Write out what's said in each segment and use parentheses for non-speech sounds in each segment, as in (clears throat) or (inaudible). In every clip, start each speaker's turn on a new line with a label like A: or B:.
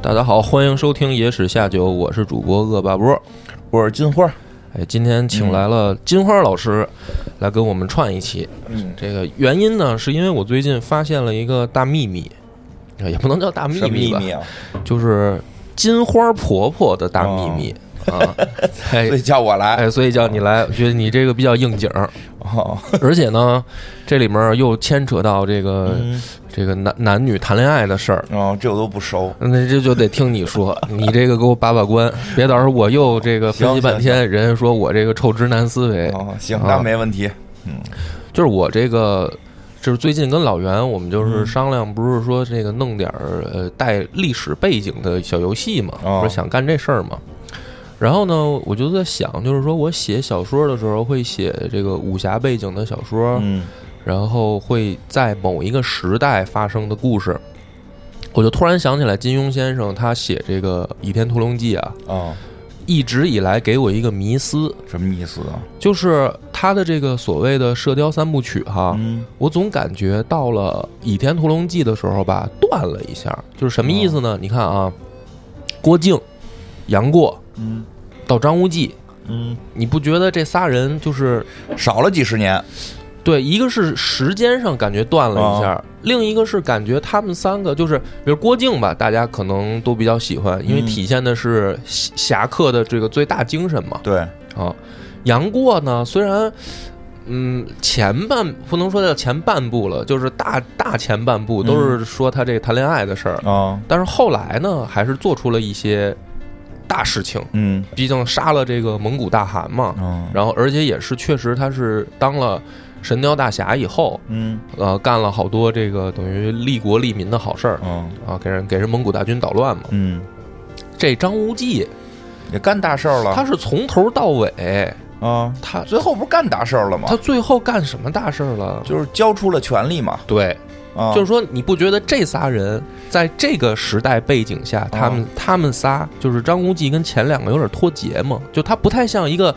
A: 大家好，欢迎收听《野史下酒》，我是主播恶霸波。
B: 我是金花，
A: 哎，今天请来了金花老师来跟我们串一期。
B: 嗯，
A: 这个原因呢，是因为我最近发现了一个大秘密，啊也不能叫大秘
B: 什么秘
A: 密吧，
B: 密啊？
A: 就是金花婆婆的大秘密、
B: 哦
A: 啊。哎
B: 所以叫我来
A: 哎，所以叫你来，我觉得你这个比较应景
B: (laughs)
A: 儿，
B: 哦，
A: 而且呢，这里面又牵扯到这个、
B: 嗯
A: 这个男男女谈恋爱的事儿。
B: 哦，这我都不熟。
A: 那这就得听你
B: (laughs)
A: 说，你这个给我把把关，别到时候我又这个分析
B: 行
A: 半天，人家说我这个臭直男思维，
B: 哦，行，
A: 啊
B: 那没问题。
A: 就是我这个，就是最近跟老袁我们就是商量，不是说这个弄点儿呃带历史背景的小游戏嘛，
B: 哦
A: 不是想干这事儿嘛。然后呢，我就在想，就是说我写小说的时候会写这个武侠背景的小说，
B: 嗯
A: 然后会在某一个时代发生的故事。我就突然想起来，金庸先生他写这个《倚天屠龙记》啊，
B: 哦，
A: 一直以来给我一个迷思，
B: 什么意思啊？
A: 就是他的这个所谓的《射雕三部曲》哈，
B: 嗯，
A: 我总感觉到了《倚天屠龙记》的时候吧，断了一下，就是什么意思呢？你看啊，郭靖、杨过
B: 嗯
A: 到张无忌，
B: 嗯，
A: 你不觉得这仨人就是
B: 少了几十年。
A: 对？一个是时间上感觉断了一下，另一个是感觉他们三个就是，比如郭靖吧，大家可能都比较喜欢，因为
B: 嗯
A: 体现的是侠侠客的这个最大精神嘛。
B: 对，
A: 啊，杨过呢，虽然。嗯，前半不能说叫前半部了，就是大大前半部都是说他这个谈恋爱的事儿，
B: 哦，
A: 但是后来呢，还是做出了一些大事情，
B: 嗯，
A: 毕竟杀了这个蒙古大汗嘛，
B: 哦，
A: 然后而且也是确实他是当了神雕大侠以后，
B: 嗯，
A: 呃，干了好多这个等于利国利民的好事儿
B: 哦，
A: 啊，给人给人蒙古大军捣乱嘛。
B: 嗯，
A: 这张无忌
B: 也干大事儿了。
A: 他是从头到尾，
B: 啊，
A: 他
B: 最后不是干大事儿了吗
A: 他？最后干什么大事儿了？
B: 就是交出了权力嘛。
A: 对，
B: 啊，
A: 就是说，你不觉得这仨人在这个时代背景下，他
B: 啊
A: 们他们仨就是张无忌跟前两个有点脱节吗？就他不太像一个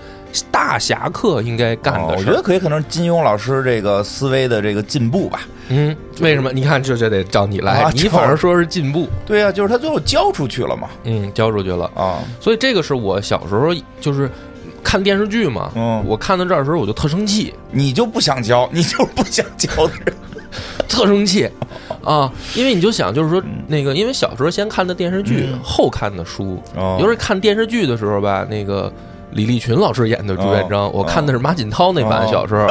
A: 大侠客应该干
B: 哦
A: 的
B: 我
A: 事
B: 觉
A: 儿
B: 得。可以，可能是金庸老师这个思维的这个进步吧。
A: 嗯，为什么？你看，这就得找你来
B: 啊，
A: 你
B: 这
A: 反而说是进步，
B: 对呀，就是他最后交出去了嘛。
A: 嗯，交出去了。
B: 啊，
A: 所以这个是我小时候就是看电视剧嘛，
B: 嗯
A: 我看到这儿的时候我就特生气， (laughs)
B: 你就不想交，你就是不想交的人。
A: 特生气啊！因为你就想，就是说那个，因为小时候先看的电视剧，
B: 嗯
A: 后看的书。
B: 哦
A: 有时候看电视剧的时候吧，那个李立群老师演的朱元璋，
B: 哦
A: 我看的是马锦涛那版。
B: 哦
A: 小时
B: (laughs)
A: 候，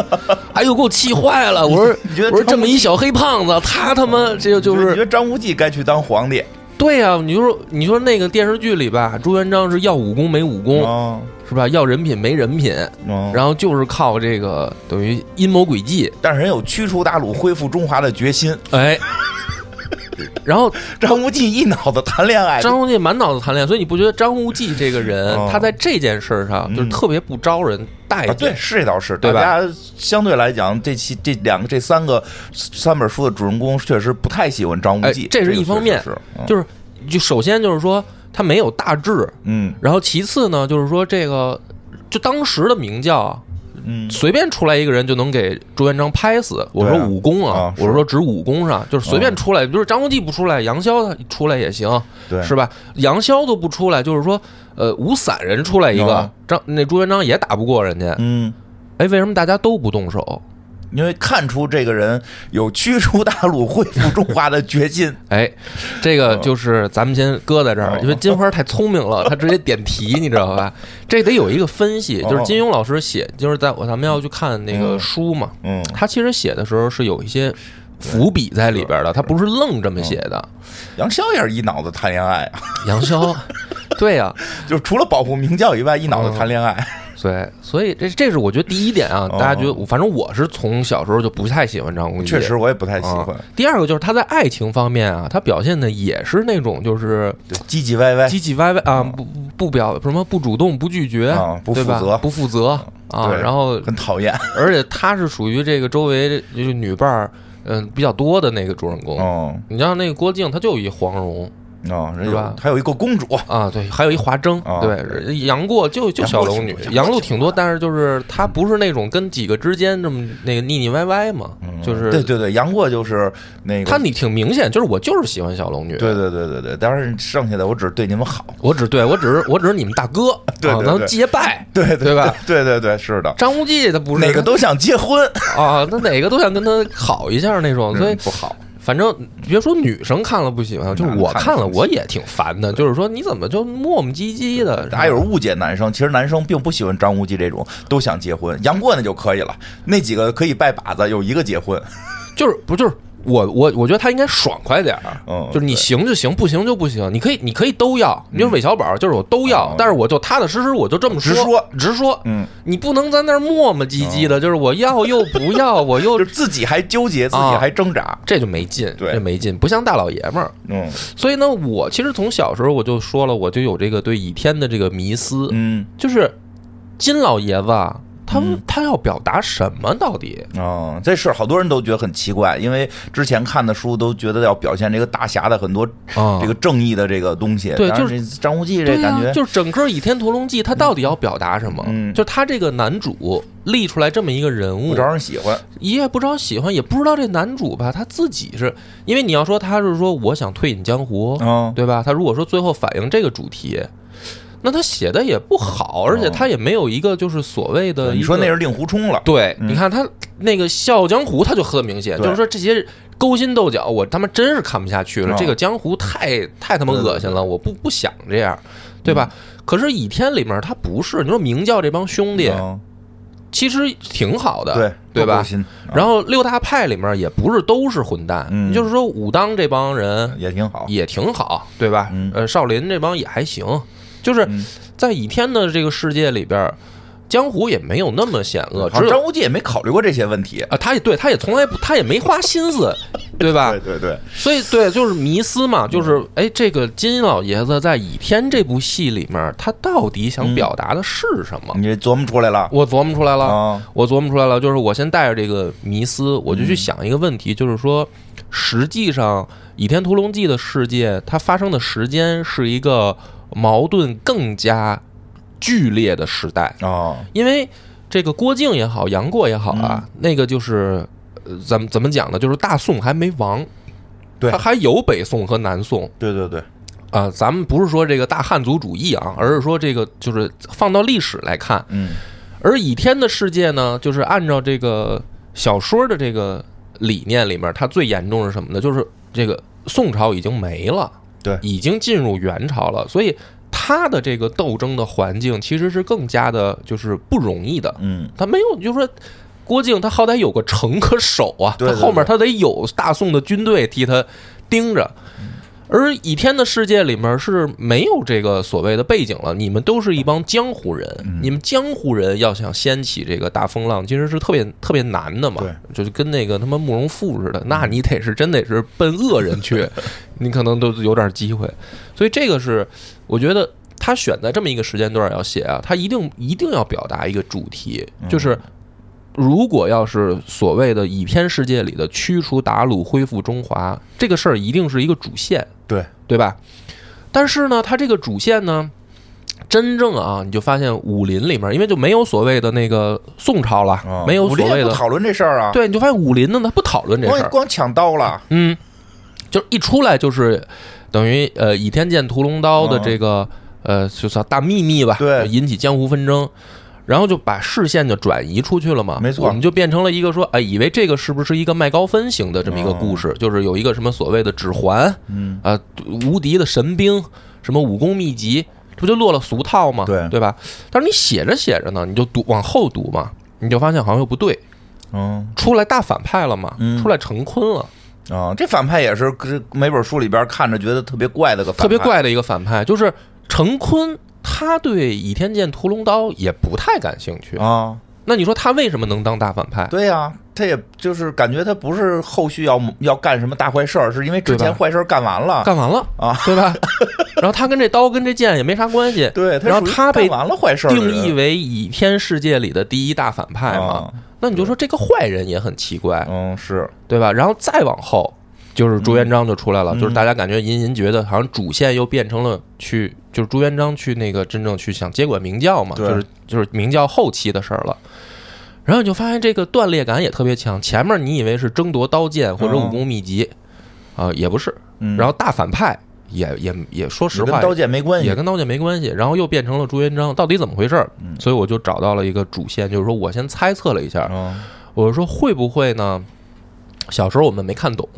A: 哎呦，给我气坏了！我说，
B: 你觉得
A: 我说
B: 张
A: 这么一小黑胖子，他他妈这就
B: 你觉
A: 是
B: 得张无忌该去当皇帝？
A: 对呀、你就说，你说那个电视剧里吧，朱元璋是要武功没武功，
B: 哦，
A: 是吧？要人品没人品，
B: 哦
A: 然后就是靠这个等于阴谋诡计，
B: 但是人有驱除鞑虏、恢复中华的决心。
A: 哎， (laughs) 然后
B: 张无忌一脑子谈恋爱，
A: 张无忌满脑子谈恋爱，所以你不觉得张无忌这个人，
B: 哦
A: 他在这件事儿上就是
B: 嗯
A: 特别不招人待
B: 啊，
A: 见？
B: 对，是这倒是，
A: 对吧
B: 大家相对来讲，这期这两个、这三个三本书的主人公确实不太喜欢张无忌
A: 哎，这是
B: 个
A: 一方面
B: 确实是嗯
A: 就是就首先就是说他没有大志，
B: 嗯
A: 然后其次呢就是说这个就当时的明教啊，
B: 嗯
A: 随便出来一个人就能给朱元璋拍死。我说
B: 对啊
A: 武功啊
B: 啊，是
A: 我说指武功上，就是随便出来，就是张无忌不出来，杨逍他出来也行，
B: 对
A: 是吧？杨逍都不出来，就是说呃五散人出来一个
B: 啊，
A: 张那朱元璋也打不过人家。
B: 嗯，
A: 哎，为什么大家都不动手？
B: 因为看出这个人有驱除鞑虏、恢复中华的
A: (laughs)
B: 决心。
A: 哎，这个就是咱们先搁在这儿，
B: 嗯哦
A: 因为金花太聪明了，她直接点题，你知道吧？这得有一个分析，
B: 哦
A: 就是金庸老师写，就是在我咱们要去看那个
B: 嗯
A: 书嘛，
B: 嗯
A: 他其实写的时候是有一些伏笔在里边的，他不是愣这么写的。
B: 杨逍也是一脑子谈恋爱啊， (laughs)
A: (laughs) 杨逍，对呀、
B: 就是除了保护明教以外，一
A: 嗯
B: 脑子谈恋爱。
A: 对，所以这这是我觉得第一点啊，
B: 哦
A: 大家觉得，反正我是从小时候就不太喜欢张无忌，
B: 确实，我也不太喜
A: 啊
B: 欢，。
A: 第二个就是他在爱情方面啊，他表现的也是那种就是
B: 对唧唧歪歪。
A: 唧唧歪歪啊，不不不表什么不主动、不拒绝
B: 嗯啊，不
A: 对吧
B: 负责嗯
A: 不负责啊。
B: 对
A: 然后，
B: 很讨厌
A: 而且他是属于这个周围就是呃女伴儿嗯比较多的那个主人公。
B: 哦，
A: 你像那个郭靖，他就一黄蓉，
B: 哦，人
A: 是吧
B: 有还有一个公主，
A: 啊，对，还有一华筝，
B: 啊
A: 对，杨过就就
B: 杨过
A: 小龙女
B: 挺，多
A: 杨露挺多，但是就是她不是那种跟几个之间这么那个腻腻歪歪嘛，就是
B: 嗯对对对，杨过就是那个
A: 她你挺明显，就是我就是喜欢小龙女，
B: 对对对对对，当然剩下的我只是对你们好，
A: 我只对我只是我只是你们大哥，
B: (laughs) 对
A: 啊
B: 对
A: 能
B: 对
A: 结拜，
B: 对
A: 对吧？
B: (laughs) 对对对，是的，
A: 张无忌他不是
B: 哪个都想结婚，
A: 啊，他哪个都想跟他好一下那种，所以
B: 嗯不好，嗯
A: 反正别说女生看了不喜欢，就是
B: 男的
A: 我
B: 看
A: 看
B: 了
A: 了
B: 不喜
A: 我也挺烦的，就是说你怎么就磨磨唧唧的？
B: 大家有时候误解男生，其实男生并不喜欢张无忌这种都想结婚，杨过那就可以了，那几个可以拜把子，有一个结婚，
A: 就是不就是我我我觉得他应该爽快点儿，
B: 嗯
A: 就是你
B: 对
A: 行就行，不行就不行，你可以你可以都要，你就是韦小宝，就是我都要
B: 嗯，
A: 但是我就踏踏实实，我就这么
B: 直
A: 说
B: 说
A: 直说，
B: 嗯，
A: 你不能在那儿磨磨唧唧的，就是我要又不要，我
B: (laughs)
A: 又
B: (laughs) 就是自己还纠结，自
A: 啊
B: 己还挣扎，
A: 这就没劲，
B: 对
A: 这没劲，不像大老爷们儿。
B: 嗯
A: 所以呢，我其实从小时候我就说了，我就有这个对倚天的这个迷思，
B: 嗯
A: 就是金老爷子啊，他他要表达什么到底？
B: 哦，这事儿好多人都觉得很奇怪，因为之前看的书都觉得要表现这个大侠的很多
A: 啊
B: 这个正义的这个东西，
A: 对
B: 当然
A: 就
B: 这张无忌
A: 对
B: 这感觉
A: 啊、就是整个《倚天屠龙记》，他到底要表达什么？
B: 嗯
A: 就他这个男主立出来这么一个人
B: 不
A: 物，
B: 招人喜欢，
A: 也不招喜欢，也不知道这男主吧，他自己是因为你要说他是说我想退隐江湖，
B: 嗯
A: 对吧？他如果说最后反映这个主题。那他写的也不好，而且他也没有一个就是所谓的
B: 你
A: 一
B: 说
A: 个
B: 那是令狐冲了，
A: 对，
B: 嗯
A: 你看他那个《笑傲江湖》，他就很明显，
B: 对
A: 就是说这些勾心斗角，我他妈真是看不下去了。
B: 啊
A: 这个江湖太太他妈恶心了，
B: 嗯
A: 我不不想这样，对吧？可是《倚天》里面他不是，你说明教这帮兄弟
B: 嗯
A: 其实挺好的，
B: 对嗯
A: 对
B: 多
A: 吧
B: 勾心？啊
A: 然后六大派里面也不是都是混蛋，
B: 嗯
A: 就是说武当这帮人
B: 也挺好，
A: 也挺好，对吧？
B: 嗯
A: 呃，少林这帮也还行，就是
B: 嗯
A: 在倚天的这个世界里边，江湖也没有那么险恶，
B: 好
A: 只
B: 像
A: 有
B: 张无忌也没考虑过这些问题，
A: 啊，他也对，他也从来不，他也没花心思，对吧？
B: 对嗯对对，
A: 所以对，就是迷思嘛，就是哎，这个金老爷子在《倚天》这部戏里面，他到底想
B: 嗯
A: 表达的是什么？
B: 你这琢磨出来了
A: 我琢磨出来了，
B: 啊，
A: 我琢磨出来了，就是我先带着这个迷思，我就
B: 嗯
A: 去想一个问题，就是说，实际上《倚天屠龙记》的世界，它发生的时间是一个矛盾更加剧烈的时代。
B: 哦，
A: 因为这个郭靖也好，杨过也好
B: 嗯
A: 啊，那个就是呃，怎么怎么讲呢？就是大宋还没亡，
B: 对
A: 它还有北宋和南宋
B: 对对对，
A: 啊、咱们不是说这个大汉族主义啊，而是说这个就是放到历史来看，
B: 嗯
A: 而倚天的世界呢，就是按照这个小说的这个理念里面，它最严重是什么呢？就是这个宋朝已经没了，
B: 对
A: 已经进入元朝了，所以它的这个斗争的环境其实是更加的，就是不容易的。
B: 嗯，
A: 他没有，就说郭靖他好歹有个城可守啊，
B: 对对
A: 他后面他得有大宋的军队替他盯着。而倚天的世界里面是没有这个所谓的背景了，你们都是一帮江湖人，
B: 嗯
A: 你们江湖人要想掀起这个大风浪，其实是特别特别难的嘛
B: 对，嗯
A: 就是跟那个他妈慕容复似的，那你得是真得是奔恶人
B: (laughs)
A: 去，你可能都有点机会。所以这个是我觉得他选在这么一个时间段要写啊，他一定一定要表达一个主题，
B: 嗯
A: 就是如果要是所谓的以偏世界里的驱除鞑虏、恢复中华这个事儿，一定是一个主线，
B: 对，
A: 对吧？但是呢，它这个主线呢，真正啊，你就发现武林里面，因为就没有所谓的那个宋朝了，
B: 啊
A: 没有
B: 武
A: 所
B: 林也
A: 谓
B: 不
A: 的，
B: 讨论这事儿啊，
A: 对，你就发现武林呢，他不讨论这事
B: 光
A: 儿，
B: 光抢刀了，
A: 嗯，就一出来就是等于呃《倚天剑屠龙刀》的这个、呃就叫大秘密吧，
B: 嗯对
A: 引起江湖纷争。然后就把视线就转移出去了嘛，
B: 没错
A: 我们就变成了一个说，哎，以为这个是不是一个麦高芬型的这么一个故事，就是有一个什么所谓的指环，
B: 嗯，
A: 啊、无敌的神兵，什么武功秘籍，这不就落了俗套吗？
B: 对
A: 对吧？但是你写着写着呢，你就读往后读嘛，你就发现好像又不对，
B: 嗯
A: 出来大反派了嘛，
B: 嗯
A: 出来成昆了。
B: 啊，这反派也是这每本书里边看着觉得特别怪的个反派，
A: 特别，怪的一个反派，就是成昆，他对《倚天剑屠龙刀》也不太感兴趣。
B: 啊，
A: 那你说他为什么能当大反派？
B: (laughs) 对呀、他也就是感觉他不是后续要要干什么大坏事儿，是因为之
A: 对
B: 前
A: 吧
B: 坏事儿干完了，
A: 干完了
B: 啊，
A: 对吧？ (laughs) 然后他跟这刀跟这剑也没啥关系，
B: (laughs) 对，
A: 然后
B: 属于
A: 他被
B: 干完了坏事儿的
A: 定
B: 人，
A: 义为倚天世界里的第一大反派嘛
B: 啊。
A: 那你就说这个坏人也很奇怪，
B: 嗯，是
A: 对吧？然后再往后，就是朱
B: 嗯
A: 元璋就出来了，就是大家感觉隐隐觉得好像主线又变成了去，就是朱元璋去那个真正去想接管明教嘛，
B: 对
A: 就是就是明教后期的事儿了。然后你就发现这个断裂感也特别强，前面你以为是争夺刀剑或者武功秘籍，啊、也不是，
B: 嗯
A: 然后大反派也也也说实
B: 也
A: 话
B: 跟刀剑没关
A: 也
B: 系，
A: 跟刀剑没关系，然后又变成了朱元璋，到底怎么回事儿？
B: 嗯
A: 所以我就找到了一个主线，就是说我先猜测了一下，
B: 嗯
A: 我说会不会呢？小时候我们没看懂，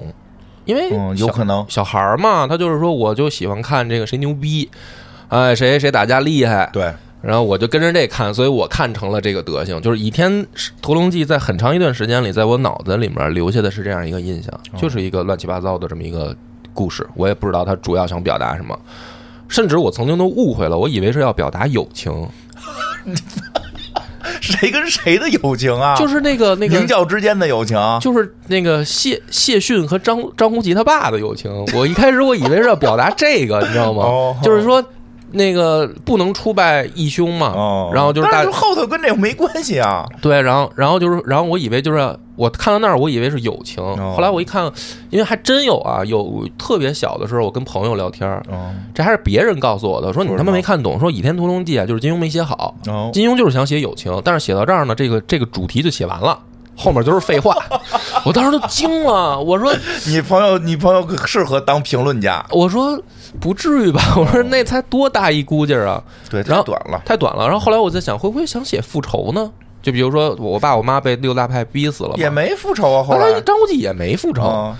A: 因为
B: 嗯，有
A: 小 (laughs)
B: 可能，
A: 小孩儿嘛，他就是说我就喜欢看这个谁牛逼，哎，谁谁打架厉害，
B: 对，
A: 然后我就跟着这看，所以我看成了这个德行。就是《倚天屠龙记》在很长一段时间里，在我脑子里面留下的是这样一个印象，
B: 哦
A: 就是一个乱七八糟的这么一个故事，我也不知道他主要想表达什么。甚至我曾经都误会了，我以为是要表达友情，
B: 谁跟谁的友情啊？
A: 就是那个那个
B: 明教之间的友情，啊
A: 就是那个谢谢逊和张张无忌他爸的友
B: (laughs)
A: 情。我一开始我以为是要表达这个，你知道
B: 哦
A: 吗？就是说那个不能出卖义兄嘛
B: 哦，，
A: 然后就是大
B: 但后头跟这没关系
A: (laughs)
B: 啊，
A: 对，然后然后就是然后我以为就是我看到那儿我以为是友情，
B: 哦
A: 后来我一看，因为还真有啊，有特别小的时候我跟朋友聊天儿。
B: 嗯，
A: 这还是别人告诉我的，说你
B: 说
A: 他
B: 什么
A: 妈没看懂，说《倚天屠龙记》啊，就是金庸没写好，
B: 哦，
A: 金庸就是想写友情，但是写到这儿呢，这个这个主题就写完了，后面就是废话， (laughs) 我当时都惊了，我说
B: 你朋友，你朋友适合当评论家，
A: 我说不至于吧， (laughs) 我说那才多大一估计儿啊，
B: 对，
A: 然
B: 太
A: 后
B: 短了，
A: 太短了。然后后来我在想，会不会想写复仇呢？就比如说我爸我妈被六大派逼死了嘛，
B: 也没复仇啊，后
A: 后来
B: 来。
A: 张无忌也没复仇，
B: 嗯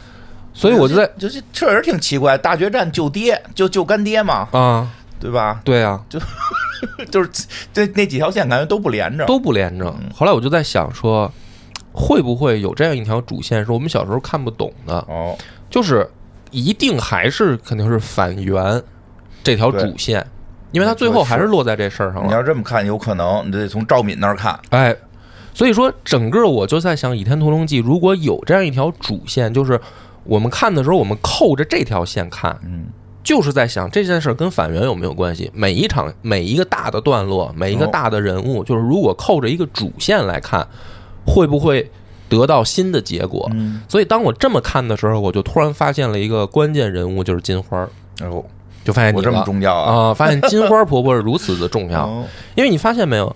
A: 所以我就在
B: 就是确实挺奇怪，大决战救爹，就救干爹嘛，
A: 啊，
B: 对吧？
A: 对啊，
B: 就是这那几条线感觉都不连着，
A: 都不连着。后来我就在想说，会不会有这样一条主线是我们小时候看不懂的？
B: 哦，
A: 就是一定还是肯定是反元这条主线，因为他最后还是落在这事儿上
B: 你
A: 了。
B: 要这么看，有可能你得从赵敏那儿看，
A: 哎，所以说整个我就在想，《倚天屠龙记》如果有这样一条主线，就是我们看的时候，我们扣着这条线看，
B: 嗯，
A: 就是在想这件事儿跟反元有没有关系。每一场、每一个大的段落、每一个
B: 哦
A: 大的人物，就是如果扣着一个主线来看，会不会得到新的结果？
B: 嗯
A: 所以当我这么看的时候，我就突然发现了一个关键人物，就是金花儿，
B: 哎呦，
A: 就发现你
B: 我这么
A: 了
B: 重要啊，
A: 啊、发现金花儿婆婆是如此的重要。
B: 哦
A: 因为你发现没有，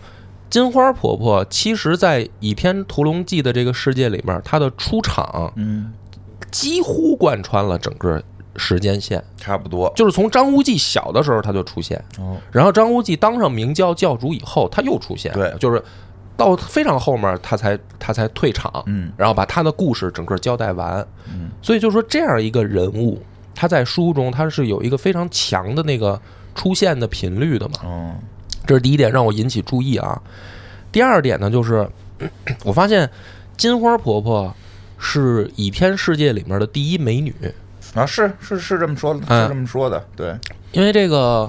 A: 金花婆婆其实，在《倚天屠龙记》的这个世界里面，她的出场
B: 嗯，
A: 几乎贯穿了整个时间线，
B: 差不多，
A: 就是从张无忌小的时候她就出现，
B: 哦，
A: 然后张无忌当上明教教主以后，她又出现，
B: 对
A: 就是到非常后面她才她才退场，
B: 嗯
A: 然后把她的故事整个交代完，
B: 嗯，
A: 所以就说这样一个人物，她在书中她是有一个非常强的那个出现的频率的嘛，
B: 哦，
A: 这是第一点让我引起注意啊。第二点呢，就是 (clears throat) 咳咳我发现金花婆婆是倚天世界里面的第一美女，
B: 啊，是是是这么说的，
A: 嗯
B: 是这么说的，对，
A: 因为这个，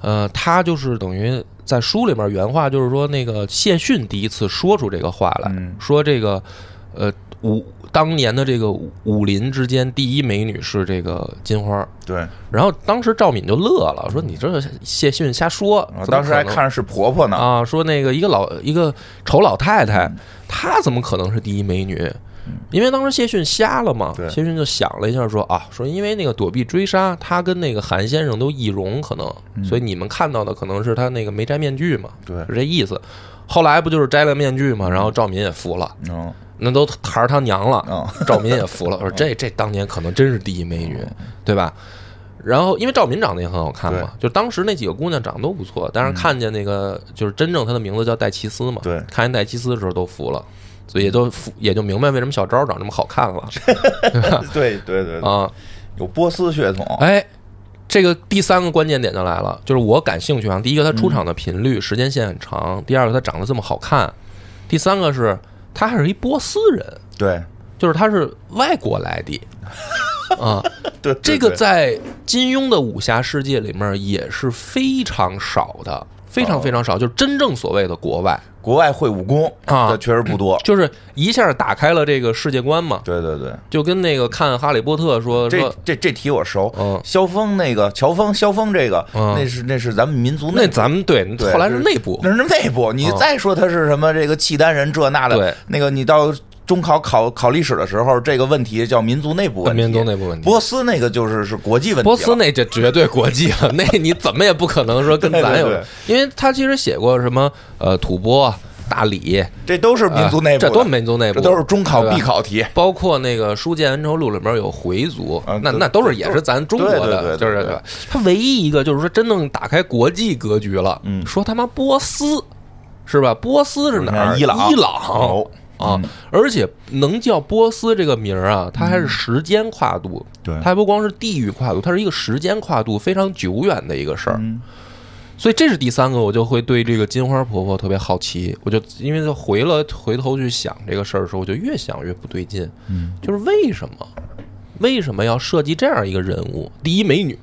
A: 呃，她就是等于在书里面原话就是说，那个谢逊第一次说出这个话来，
B: 嗯
A: 说这个，呃，武当年的这个武林之间第一美女是这个金花。
B: 对，
A: 然后当时赵敏就乐了，说：“你这谢逊瞎说。
B: 啊
A: 怎么
B: 当时
A: 可
B: 还
A: 能
B: 看着是婆婆呢，嗯
A: 啊，说那个一个老一个丑老太太，她怎么可能是第一美女？因为当时谢逊瞎了嘛，
B: 对
A: 谢逊就想了一下说啊，说因为那个躲避追杀，她跟那个韩先生都易容，可能，所以你们看到的可能是她那个没摘面具嘛，
B: 嗯对
A: 是这意思。后来不就是摘了面具嘛，然后赵敏也服了， (laughs)
B: 嗯
A: 那都孩儿他娘了，
B: 嗯，
A: (laughs) 赵敏也服了，说这这当年可能真是第一美女，对吧？然后因为赵敏长得也很好看嘛，就当时那几个姑娘长得都不错，但是看见那个就是真正她的名字叫戴奇斯嘛，
B: 对
A: 看见戴奇斯的时候都服了，所以也都服也就明白为什么小昭长这么好看了
B: 对对对，对
A: 啊！
B: 有波斯血统，
A: 哎，这个第三个关键点就来了，就是我感兴趣啊。第一个，她出场的频率、时间线很长；第二个，她长得这么好看；第三个是她还是一波斯人， (laughs)
B: 对
A: 就是她是外国来的啊。
B: 对，对
A: 这个
B: 对
A: 在金庸的武侠世界里面也是非常少的，非
B: 哦
A: 常非常少，就是真正所谓的国外，
B: 国外会武功
A: 啊
B: 这确实不多，
A: 就是一下打开了这个世界观嘛，
B: 对对对。
A: 就跟那个看《哈利波特》说
B: 这
A: 说，
B: 这这题我熟，
A: 嗯
B: 萧峰那个乔峰，萧峰这个，
A: 嗯
B: 那是那是咱们民族
A: 那
B: 内部，
A: 咱们对，
B: 对
A: 后来是
B: 就是
A: 内部，
B: 那是内部。你
A: 嗯
B: 再说他是什么这个契丹人这那的
A: 对，
B: 那个你到中考考考历史的时候，这个问题叫民族内部问题。
A: 呃民族内部问题
B: 波斯那个就是是国际问题了。
A: 波斯那这绝对国际
B: (laughs)
A: 了，那你怎么也不可能说跟咱有
B: 对对，
A: 因为他其实写过什么呃吐蕃、大理，
B: 这都是民族内部的，
A: 呃这都是民族内部
B: 这都是中考必考题。
A: 包括那个《书剑恩仇录》里面有回族
B: 啊，
A: 那
B: 对
A: 那都是也是咱中国的，
B: 对对对对
A: 就是
B: 对
A: 他唯一一个就是说真正打开国际格局了，
B: 嗯
A: 说他妈波斯是吧？波斯是哪儿？
B: 嗯伊朗
A: 伊朗
B: 哦
A: 啊，而且能叫波斯这个名儿啊，它还是时间跨度，
B: 嗯对
A: 它还不光是地域跨度，它是一个时间跨度非常久远的一个事儿。
B: 嗯
A: 所以这是第三个，我就会对这个金花婆婆特别好奇。我就因为回了回头去想这个事儿的时候，我就越想越不对劲。
B: 嗯，
A: 就是为什么为什么要设计这样一个人物？第一美女，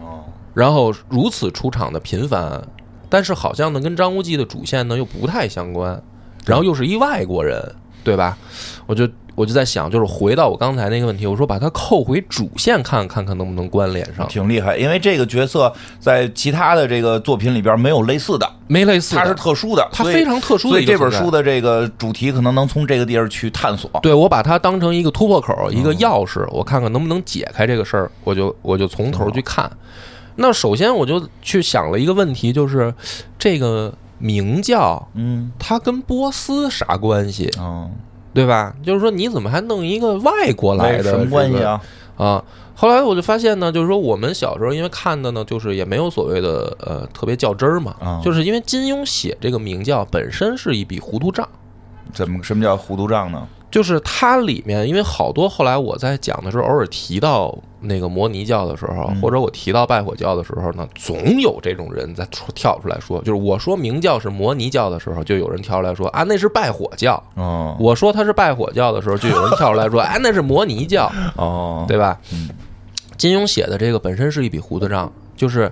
B: 哦，
A: 然后如此出场的频繁，但是好像呢跟张无忌的主线呢又不太相关，然后又是一外国人，对吧？我就我就在想，就是回到我刚才那个问题，我说把它扣回主线看看看能不能关联上，
B: 嗯挺厉害，因为这个角色在其他的这个作品里边没有类似的，
A: 没类似的，
B: 它是特殊的，
A: 它
B: 所以
A: 非常特殊
B: 所
A: 的
B: 以
A: 一个
B: 这本
A: 存在
B: 书的这个主题可能能从这个地儿去探索。
A: 对我把它当成一个突破口，一个钥匙，我看看能不能解开这个事儿，我就我就从头去看。那首先我就去想了一个问题，就是这个明教
B: 嗯，
A: 它跟波斯啥关系，
B: 哦，
A: 对吧？就是说你怎么还弄一个外国来的
B: 什么关系？啊？
A: 这个啊，后来我就发现呢，就是说我们小时候因为看的呢，就是也没有所谓的呃特别较真儿嘛，
B: 啊
A: 就是因为金庸写这个明教本身是一笔糊涂账。
B: 怎么什么叫糊涂账呢？
A: 就是它里面，因为好多后来我在讲的时候，偶尔提到那个摩尼教的时候，或者我提到拜火教的时候呢，总有这种人在出跳出来说，就是我说明教是摩尼教的时候，就有人跳出来说啊那是拜火教；
B: 哦
A: 我说他是拜火教的时候，就有人跳出来说啊那是摩尼教，
B: 哦，
A: 对吧？金庸写的这个本身是一笔糊涂账，就是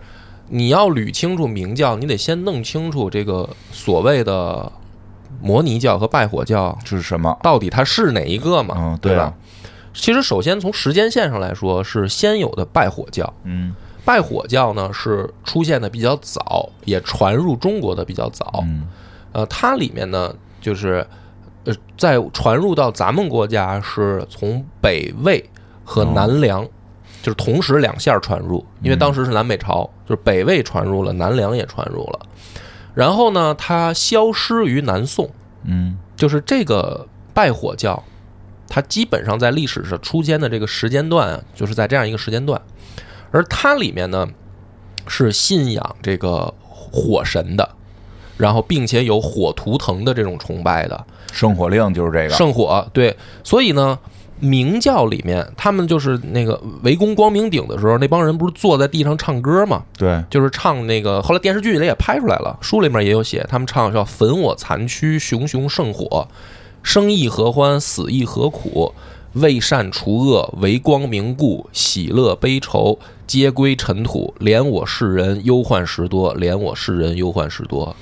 A: 你要捋清楚明教，你得先弄清楚这个所谓的摩尼教和拜火教
B: 这是什么？
A: 到底它是哪一个嘛？
B: 嗯
A: 对
B: 对
A: 吧
B: 啊？
A: 其实，首先从时间线上来说，是先有的拜火教。
B: 嗯
A: 拜火教呢是出现的比较早，也传入中国的比较早。
B: 嗯
A: 呃，它里面呢就是呃，在传入到咱们国家是从北魏和南梁，
B: 哦
A: 就是同时两线儿传入，因为当时是南北朝，就是北魏传入了，南梁也传入了。然后呢，它消失于南宋，
B: 嗯
A: 就是这个拜火教，它基本上在历史上出现的这个时间段啊，就是在这样一个时间段，而它里面呢是信仰这个火神的，然后并且有火图腾的这种崇拜的
B: 圣火令就是这个。
A: 圣火，对，所以呢。明教里面，他们就是那个围攻光明顶的时候，那帮人不是坐在地上唱歌吗？
B: 对，
A: 就是唱那个，后来电视剧里也拍出来了，书里面也有写，他们唱叫“焚我残躯，熊熊圣火，生亦何欢，死亦何苦？为善除恶，为光明故，喜乐悲愁皆归尘土。怜我世人忧患时多，怜我世人忧患时多。”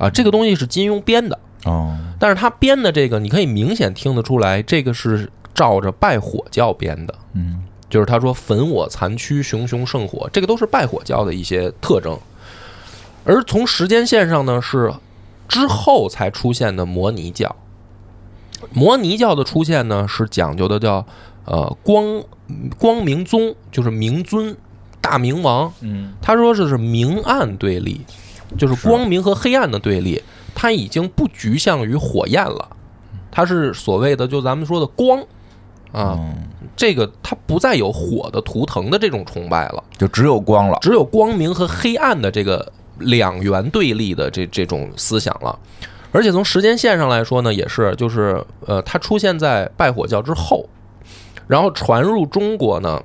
A: 啊，这个东西是金庸编的，
B: 哦，
A: 但是他编的这个，你可以明显听得出来，这个是照着拜火教编的。
B: 嗯
A: 就是他说“焚我残躯，熊熊圣火”，这个都是拜火教的一些特征。而从时间线上呢，是之后才出现的摩尼教。摩尼教的出现呢，是讲究的叫呃光光明宗，就是明尊大明王。
B: 嗯，
A: 他说这是明暗对立，就是光明和黑暗的对立。它已经不局限于火焰了，它是所谓的就咱们说的光啊，
B: 嗯
A: 这个它不再有火的图腾的这种崇拜了，
B: 就只有光了。
A: 只有光明和黑暗的这个两元对立的这这种思想了。而且从时间线上来说呢，也是就是呃，它出现在拜火教之后，然后传入中国呢，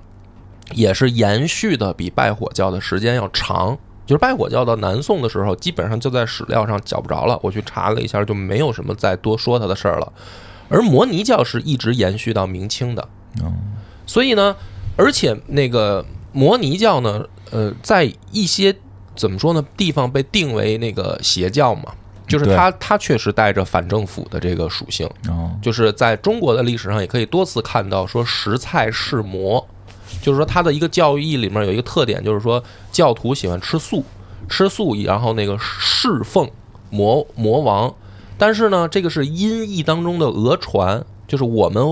A: 也是延续的比拜火教的时间要长。就是拜火教到南宋的时候，基本上就在史料上找不着了。我去查了一下，就没有什么再多说它的事儿了。而摩尼教是一直延续到明清的，所以呢，而且那个摩尼教呢，呃，在一些怎么说呢地方被定为那个邪教嘛，就是
B: 对
A: 它它确实带着反政府的这个属性，
B: 哦，
A: 就是在中国的历史上也可以多次看到说食菜是魔，就是说它的一个教义里面有一个特点，就是说教徒喜欢吃素，吃素，然后那个侍奉魔魔王。但是呢，这个是音译当中的讹传，就是我们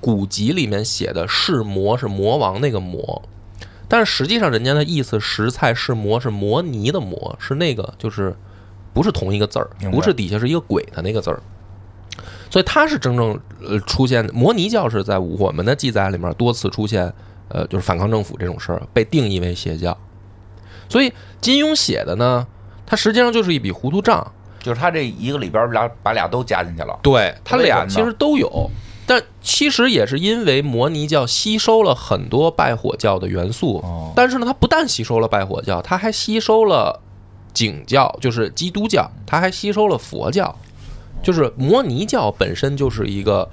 A: 古籍里面写的“是魔”是魔王那个魔，但是实际上人家的意思“食菜是魔”是模拟的模，是那个就是不是同一个字儿
B: 明，白
A: 不是底下是一个鬼的那个字儿。所以它是真正呃出现摩尼教是在我们的记载里面多次出现，呃，就是反抗政府这种事儿被定义为邪教。所以金庸写的呢，它实际上就是一笔糊涂账，
B: 就是他这一个里边儿俩把俩都加进去了，
A: 对他
B: 为什么
A: 俩
B: 呢
A: 其实都有，但其实也是因为摩尼教吸收了很多拜火教的元素，
B: 哦
A: 但是呢，它不但吸收了拜火教，它还吸收了景教，就是基督教，它还吸收了佛教，就是摩尼教本身就是一个。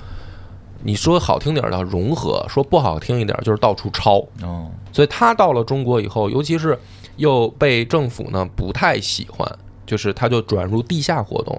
A: 你说好听点儿叫融合，说不好听一点儿就是到处抄。
B: 哦，
A: 所以他到了中国以后，尤其是又被政府呢不太喜欢，就是他就转入地下活动。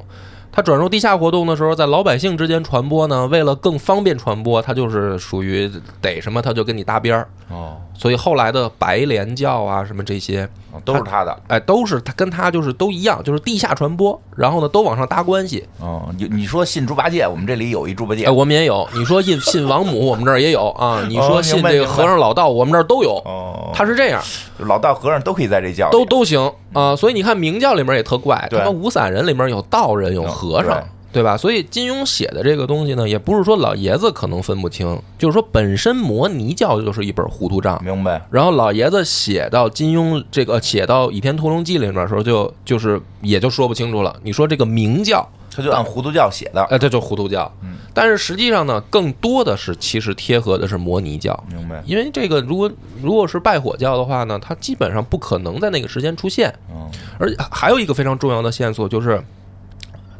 A: 他转入地下活动的时候，在老百姓之间传播呢，为了更方便传播，他就是属于逮什么他就跟你搭边儿。
B: 哦，
A: 所以后来的白莲教啊，什么这些，
B: 都是他的，
A: 哎，都是他跟他就是都一样，就是地下传播，然后呢都往上搭关系。
B: 哦，你你说信猪八戒，我们这里有一猪八戒
A: 哎，，我们也有，你说信信王母，我们这儿也有啊；你
B: 哦
A: 说信
B: 明白
A: 这个
B: 明白
A: 和尚老道，我们这儿都有。
B: 哦，
A: 他是这样，
B: 老道和尚都可以在这教里，
A: 都都行啊、所以你看明教里面也特怪，
B: 对
A: 他们五散人里面有道人有和尚，
B: 嗯
A: 对吧？所以金庸写的这个东西呢，也不是说老爷子可能分不清，就是说本身摩尼教就是一本糊涂账。
B: 明白，
A: 然后老爷子写到金庸这个写到《倚天屠龙记》里面的时候就，就是也就说不清楚了。你说这个明教，
B: 他就按糊涂教写的，
A: 呃，这就糊涂教，
B: 嗯
A: 但是实际上呢，更多的是其实贴合的是摩尼教。
B: 明白，
A: 因为这个，如果如果是拜火教的话呢，它基本上不可能在那个时间出现，
B: 嗯，
A: 而且还有一个非常重要的线索就是，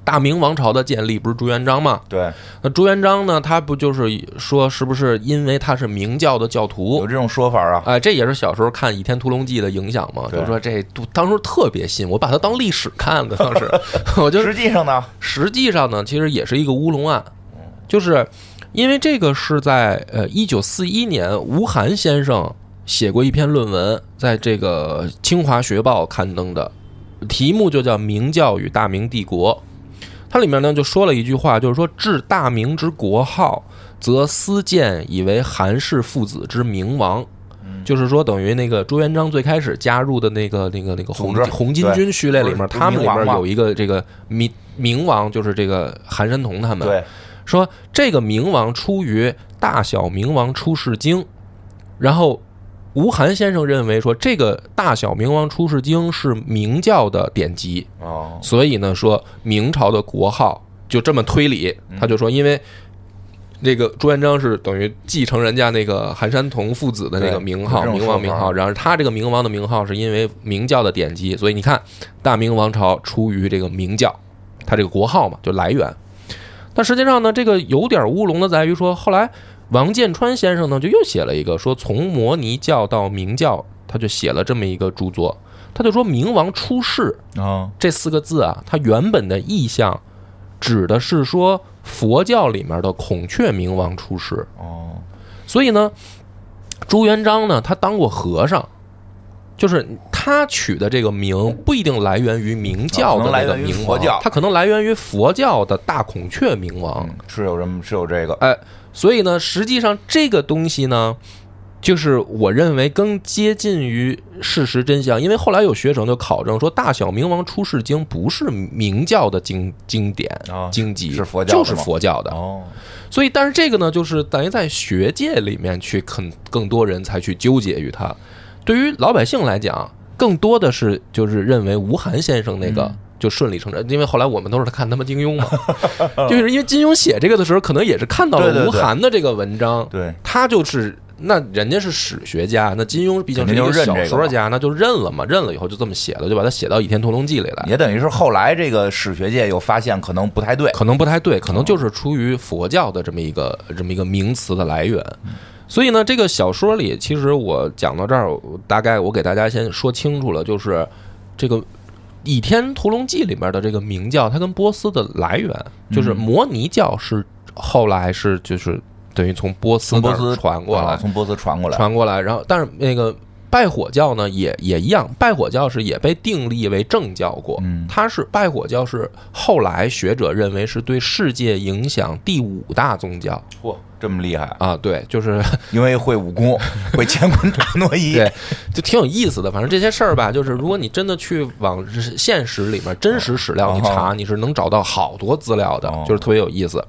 A: 大明王朝的建立不是朱元璋吗？
B: 对，
A: 那朱元璋呢，他不就是说是不是因为他是明教的教徒
B: 有？这种说法啊，
A: 哎，这也是小时候看《倚天屠龙记》的影响嘛，
B: 对
A: 就是说这当时特别信，我把它当历史看的，当时 (laughs) 我就是
B: 实际上呢，
A: 实际上呢，其实也是一个乌龙案，就是因为这个是在呃一九四一年，吴晗先生写过一篇论文，在这个《清华学报》刊登的，题目就叫《明教与大明帝国》。它里面呢就说了一句话，就是说治大明之国号，则思建以为韩氏父子之明王。
B: 嗯
A: 就是说，等于那个朱元璋最开始加入的那个、那个、那个红
B: 统治
A: 红巾军序列里面，
B: 对
A: 他们里面
B: 明王嘛
A: 有一个这个明明王，就是这个韩山童他们。
B: 对，
A: 说这个明王出于《大小明王出世经》，然后吴晗先生认为说这个《大小明王出世经》是明教的典籍，
B: 哦，
A: 所以呢说明朝的国号就这么推理，
B: 嗯
A: 他就说因为。那个朱元璋是等于继承人家那个韩山童父子的那
B: 对
A: 个名号，
B: 有这种
A: 明王
B: 说
A: 名
B: 法
A: 号，然后他这个明王的名号是因为明教的典籍，所以你看大明王朝出于这个明教，它这个国号嘛，就来源。但实际上呢，这个有点乌龙的在于说，后来王建川先生呢就又写了一个说从摩尼教到明教，他就写了这么一个著作，他就说明王出世
B: 哦，
A: 这四个字啊，它原本的意象指的是说佛教里面的孔雀明王出世，
B: 哦，
A: 所以呢，朱元璋呢，他当过和尚，就是他取的这个名不一定来源于明教的那
B: 啊可能来
A: 个
B: 源于
A: 明王，
B: 佛教
A: 他可能来源于佛教的大孔雀明王。
B: 嗯，是有这么是有这个，哎
A: 所以呢，实际上这个东西呢，就是我认为更接近于事实真相，因为后来有学者就考证说，《大小明王出世经》不是明教的经经典
B: 啊
A: 经籍，
B: 是佛教
A: 就
B: 的
A: 是
B: 吗
A: 佛教的。
B: 哦，
A: 所以，但是这个呢，就是等于在学界里面去肯更多人才去纠结于它。对于老百姓来讲，更多的是就是认为吴晗先生那个。
B: 嗯
A: 就顺理成章，因为后来我们都是看他妈金
B: (laughs)
A: 庸嘛，就是因为金庸写这个的时候，可能也是看到
B: 对对
A: 了
B: 对
A: 吴晗的这个文章，
B: 对，
A: 他就是那人家是史学家，那金庸毕竟是一
B: 肯定就认这
A: 小
B: 个嘛
A: 说家，那就认了嘛，认了以后就这么写了，就把它写到《倚天屠龙记》里来。
B: 也等于是后来这个史学界有发现，可能不太对，
A: 可能不太对，可能
B: 哦
A: 就是出于佛教的这么一个这么一个名词的来源。所以呢，这个小说里，其实我讲到这儿，我大概我给大家先说清楚了，就是这个《倚天屠龙记》里面的这个明教，它跟波斯的来源，
B: 嗯
A: 就是摩尼教是后来是就是等于从波斯
B: 从
A: 那
B: 波斯
A: 儿传过来
B: 啊，从波斯传过来，
A: 传过来，然后但是那个拜火教呢也也一样，拜火教是也被定立为正教过，
B: 嗯
A: 它是拜火教是后来学者认为是对世界影响第五大宗教
B: 嚯，这么厉害！
A: 啊，对，就是
B: 因为会武功，会乾坤大挪移。
A: 对，就挺有意思的。反正这些事儿吧，就是如果你真的去往现实里面真实史料你查，你是能找到好多资料的
B: 哦，
A: 就是特别有意思。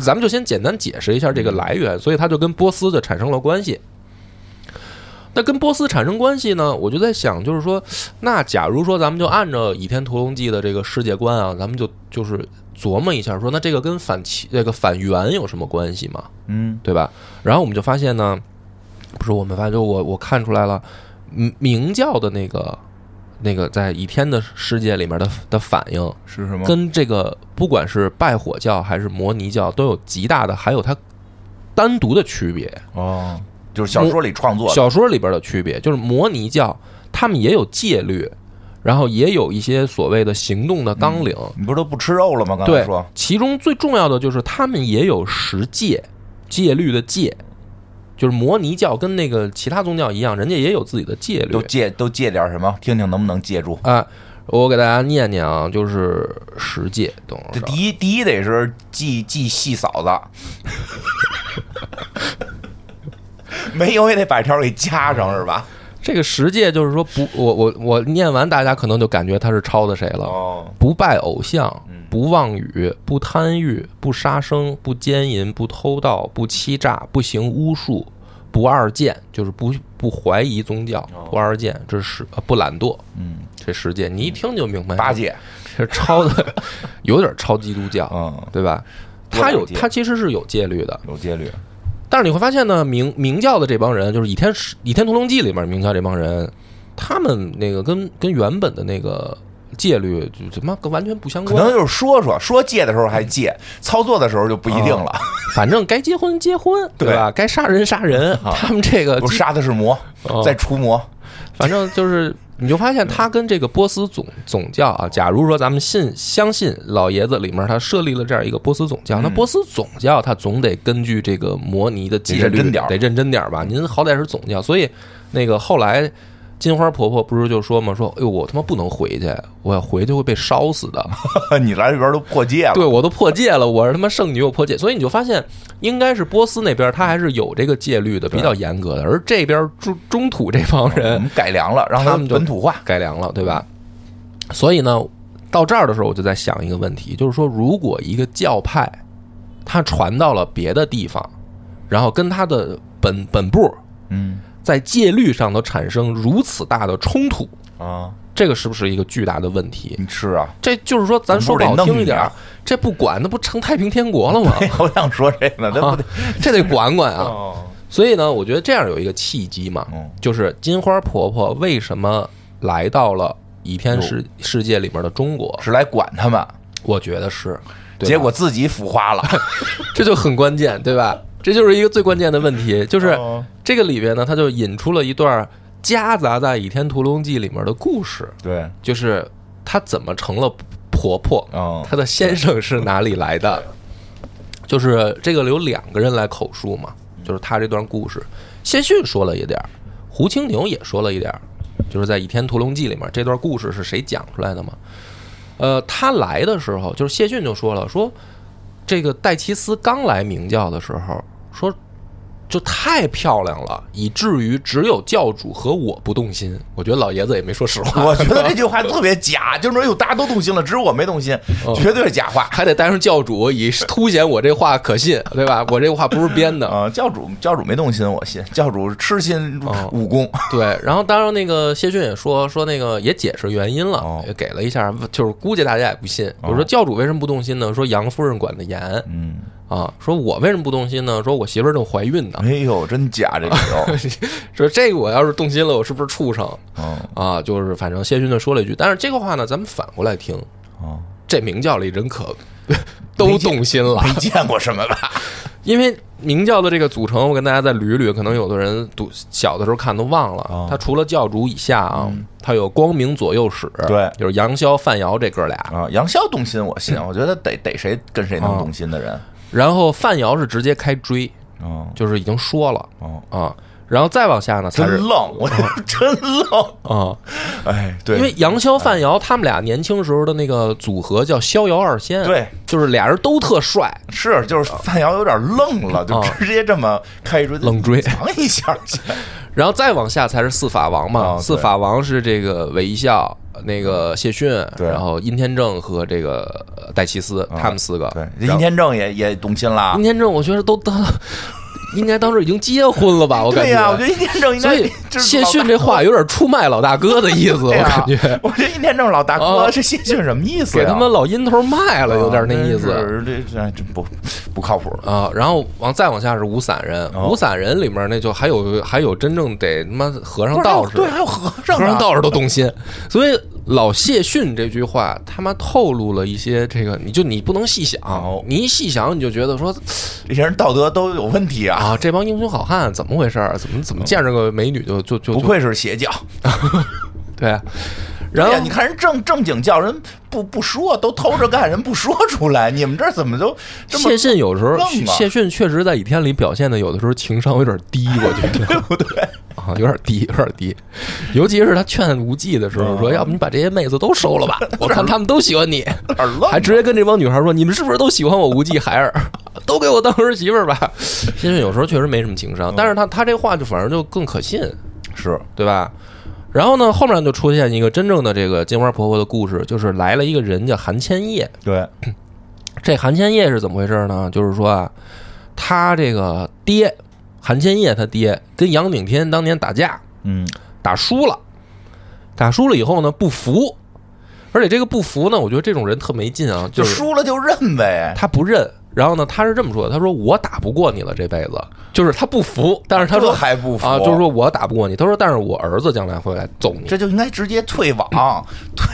A: 咱们就先简单解释一下这个来源，所以它就跟波斯就产生了关系。那跟波斯产生关系呢，我就在想，就是说，那假如说咱们就按照《倚天屠龙记》的这个世界观啊，咱们就就是琢磨一下，说那这个跟反齐这个反元有什么关系吗？
B: 嗯，
A: 对吧？然后我们就发现呢，不是我们发现，就我我看出来了，嗯明教的那个那个在倚天的世界里面的的反应，
B: 是什么？
A: 跟这个不管是拜火教还是摩尼教都有极大的，还有它单独的区别。
B: 哦，就是小说里创作的。
A: 小说里边的区别就是摩尼教，他们也有戒律，然后也有一些所谓的行动的纲领。
B: 你不是都不吃肉了吗？刚才
A: 对
B: 说，
A: 其中最重要的就是他们也有十戒，戒律的戒，就是摩尼教跟那个其他宗教一样，人家也有自己的戒律
B: 都戒都戒点什么？听听能不能戒住？
A: 啊。我给大家念念啊，就是十戒，等会
B: 这
A: 儿
B: 第一第一得是祭祭细嫂子，没有也得把条给加上是吧？
A: 这个十戒就是说不，我我我念完，大家可能就感觉他是抄的谁了。
B: 哦，
A: 不拜偶像
B: 嗯，
A: 不妄语，不贪欲，不杀生，不奸淫，不偷盗，不欺诈，不行巫术，不二见，就是不不怀疑宗教
B: 哦，
A: 不二见，这是呃不懒惰，
B: 嗯，
A: 这十戒你一听就明白，
B: 八戒，
A: 这抄的 (laughs) 有点抄基督教，
B: 嗯，
A: 对吧？
B: 多
A: 他
B: 两
A: 有
B: 戒
A: 他其实是有戒律的，
B: 有戒律，
A: 但是你会发现呢，明明教的这帮人，就是《倚天十倚天屠龙记》里面明教这帮人，他们那个跟跟原本的那个戒律就怎么跟完全不相
B: 可
A: 关
B: 能。就是说说说戒的时候还戒，操作的时候就不一定了。
A: 反正该结婚结婚，
B: 对
A: 对吧？该杀人杀
B: (laughs)
A: 人，啊他们这个
B: 不是杀的是魔，
A: 哦
B: 在除魔。 (laughs)
A: 反正就是，你就发现他跟这个波斯总总教
B: 嗯
A: 啊，假如说咱们信相信老爷子里面他设立了这样一个波斯总
B: 嗯
A: 教，那波斯总教他总得根据这个摩尼的戒
B: 得认
A: 律
B: 真点儿嗯
A: 得认真点儿吧？您好歹是总教，所以那个后来。金花婆婆不是就说嘛，说哎呦，我他妈不能回去，我要回去会被烧死的。
B: 你来这边都破戒了，
A: 对我都破戒了，我是他妈圣女又破戒，所以你就发现，应该是波斯那边他还是有这个戒律的，比较严格的，而这边中中土这帮
B: 我
A: 人
B: 们改良了，让它
A: 他们就嗯
B: 嗯本土化。
A: 改良了，对吧？所以呢，到这儿的时候，我就在想一个问题，就是说，如果一个教派它传到了别的地方，然后跟它的本本部
B: 嗯
A: 在戒律上头产生如此大的冲突，
B: 啊，
A: 这个是不是一个巨大的问题？
B: 你吃啊？
A: 这就是说，咱说不好听一点
B: 总部得弄你
A: 儿
B: 啊，
A: 这不管，那不成太平天国了吗？
B: 哎我想说这个，那
A: (laughs)
B: 不
A: 啊
B: 得。，
A: 这得管管
B: (laughs)
A: 啊。
B: 哦
A: 所以呢，我觉得这样有一个契机嘛
B: 嗯，
A: 就是金花婆婆为什么来到了倚天世世界里面的中国？
B: 是来管他们，
A: 我觉得是，对吧
B: 结果嗯自己腐化了，
A: 这就很关键，对吧？这就是一个最关键的问题，就是
B: 哦
A: 这个里边呢，它就引出了一段夹杂在《倚天屠龙记》里面的故事，
B: 对，
A: 就是她怎么成了婆婆，
B: 哦，
A: 她的先生是哪里来的？就是这个有两个人来口述嘛，就是他这段故事，谢逊说了一点儿，胡青牛也说了一点儿，就是在《倚天屠龙记》里面这段故事是谁讲出来的嘛？呃，他来的时候，就是谢逊就说了，说这个戴奇斯刚来明教的时候，说就太漂亮了，以至于只有教主和我不动心。我觉得老爷子也没说实话，
B: (laughs) 我觉得这句话特别假，就是说哟，大家都动心了，只有我没动心，
A: 哦
B: 绝对是假话
A: 还得带上教主，以凸显我这话可信，对
B: (laughs)
A: 吧？我这话不是编的。
B: 啊！教主教主没动心，我信，教主痴心
A: 哦
B: 武功， (laughs)
A: 对，然后当然那个谢逊也说说那个也解释原因
B: 哦
A: 了，也给了一下，就是估计大家也不信。我说教主为什么不动心呢？说杨夫人管得严
B: 嗯，
A: 啊。说我为什么不动心呢？说我媳妇儿正怀孕呢。
B: 哎呦，真假这理
A: (laughs)
B: 由，
A: 说这个我要是动心了，我是不是畜生
B: 嗯
A: 啊？就是反正谢逊就说了一句，但是这个话呢，咱们反过来听，
B: 哦，
A: 这明教里人可 (laughs) 都动心了，
B: 没见过什
A: (laughs)
B: 么吧？
A: 因为明教的这个组成，我跟大家再捋一捋，可能有的人读小的时候看都忘
B: 哦
A: 了。它除了教主以下啊，它有光明左右使，
B: 嗯对
A: 就是杨逍、范瑶这哥俩。
B: 啊，杨逍动心，
A: (laughs)
B: 我信，我觉得得逮谁跟谁能动心的人，
A: 然后范瑶是直接开追，
B: 哦
A: 就是已经说了
B: 哦，
A: 啊。然后再往下呢才
B: 真
A: 是
B: 愣，我 (laughs) 真愣，
A: 啊，
B: 哎，对，
A: 哦因为杨逍、范瑶他们俩年轻时候的那个组合叫逍遥二仙，
B: 对，
A: 就是俩人都特帅，
B: 是就是范瑶有点愣了，就
A: 啊
B: 直接这么开一追
A: 冷追
B: 藏一下
A: (laughs)
B: 去，
A: 然后再往下才是四法王嘛，
B: 啊对
A: 四法王是这个韦一笑、那个谢逊，
B: 对哦
A: 然后殷天正和这个呃戴奇斯，他们四个。
B: 对，
A: 然
B: 殷
A: 后
B: 天正也也动心啦
A: 殷，天正，我觉得都当 (laughs) 应该当时已经结婚
B: (laughs)
A: 了吧，我感
B: 对
A: 觉。
B: 啊呀，我觉得殷天正应
A: 所
B: 该 (laughs)
A: 以
B: 这是
A: 谢
B: 老大
A: 逊这话有点出卖老大哥的意思，我
B: 对呀
A: 感觉
B: (laughs) 我觉得殷天正老大
A: 啊
B: 哥是谢逊什么意思
A: 给
B: 呀？
A: 他们老阴头卖了，有点那意思。
B: 啊真是这这这不不靠谱了。
A: 啊，然后往再往下是五散人，
B: 哦
A: 五散人里面那就还有还有真正得他妈和尚道士，
B: 对，还有和尚，啊
A: 和尚道士都动心，所以老谢逊这句话，他妈透露了一些这个，你就你不能细想
B: 哦，
A: 你一细想你就觉得说
B: 这些人道德都有问题啊！
A: 啊，这帮英雄好汉怎么回事儿？怎么怎么见着个美女就就就
B: 不
A: 就
B: 愧是邪教。
A: 对啊，然
B: 哎
A: 后
B: 呀你看人正正经教人不不说，都偷着干，人不说出来。你们这儿怎么都这么
A: 谢逊有时候
B: 愣啊
A: 谢逊确实在《倚天》里表现的有的时候情商有点低，我觉得
B: (laughs)
A: 对不对啊？有点低，有点低，尤其是他劝无忌的时
B: 嗯
A: 候说：“要不你把这些妹子都收了吧，我看他们都喜欢你。”
B: 有点愣
A: 还？直接跟这帮女孩说：“你们是不是都喜欢我无忌孩儿？ (laughs) 都给我当儿媳妇儿吧。”嗯先生有时候确实没什么情商，但是他他这话就反而就更可信，
B: 是
A: 对吧？然后呢，后面就出现一个真正的这个金花婆婆的故事，就是来了一个人叫韩千叶。
B: 对，
A: 这韩千叶是怎么回事呢？就是说啊，他这个爹韩千叶他爹跟杨顶天当年打架，
B: 嗯，
A: 打输了，打输了以后呢不服，而且这个不服呢，我觉得这种人特没劲啊，
B: 就是输了就认呗。
A: 他不认。然后呢，他是这么说的：“他说我打不过你了，这辈子就是他不服，但是他说
B: 这还不服
A: 啊，就是说我打不过你。他说，但是我儿子将来会来揍你。
B: 这就应该直接
A: (laughs)
B: 退网，退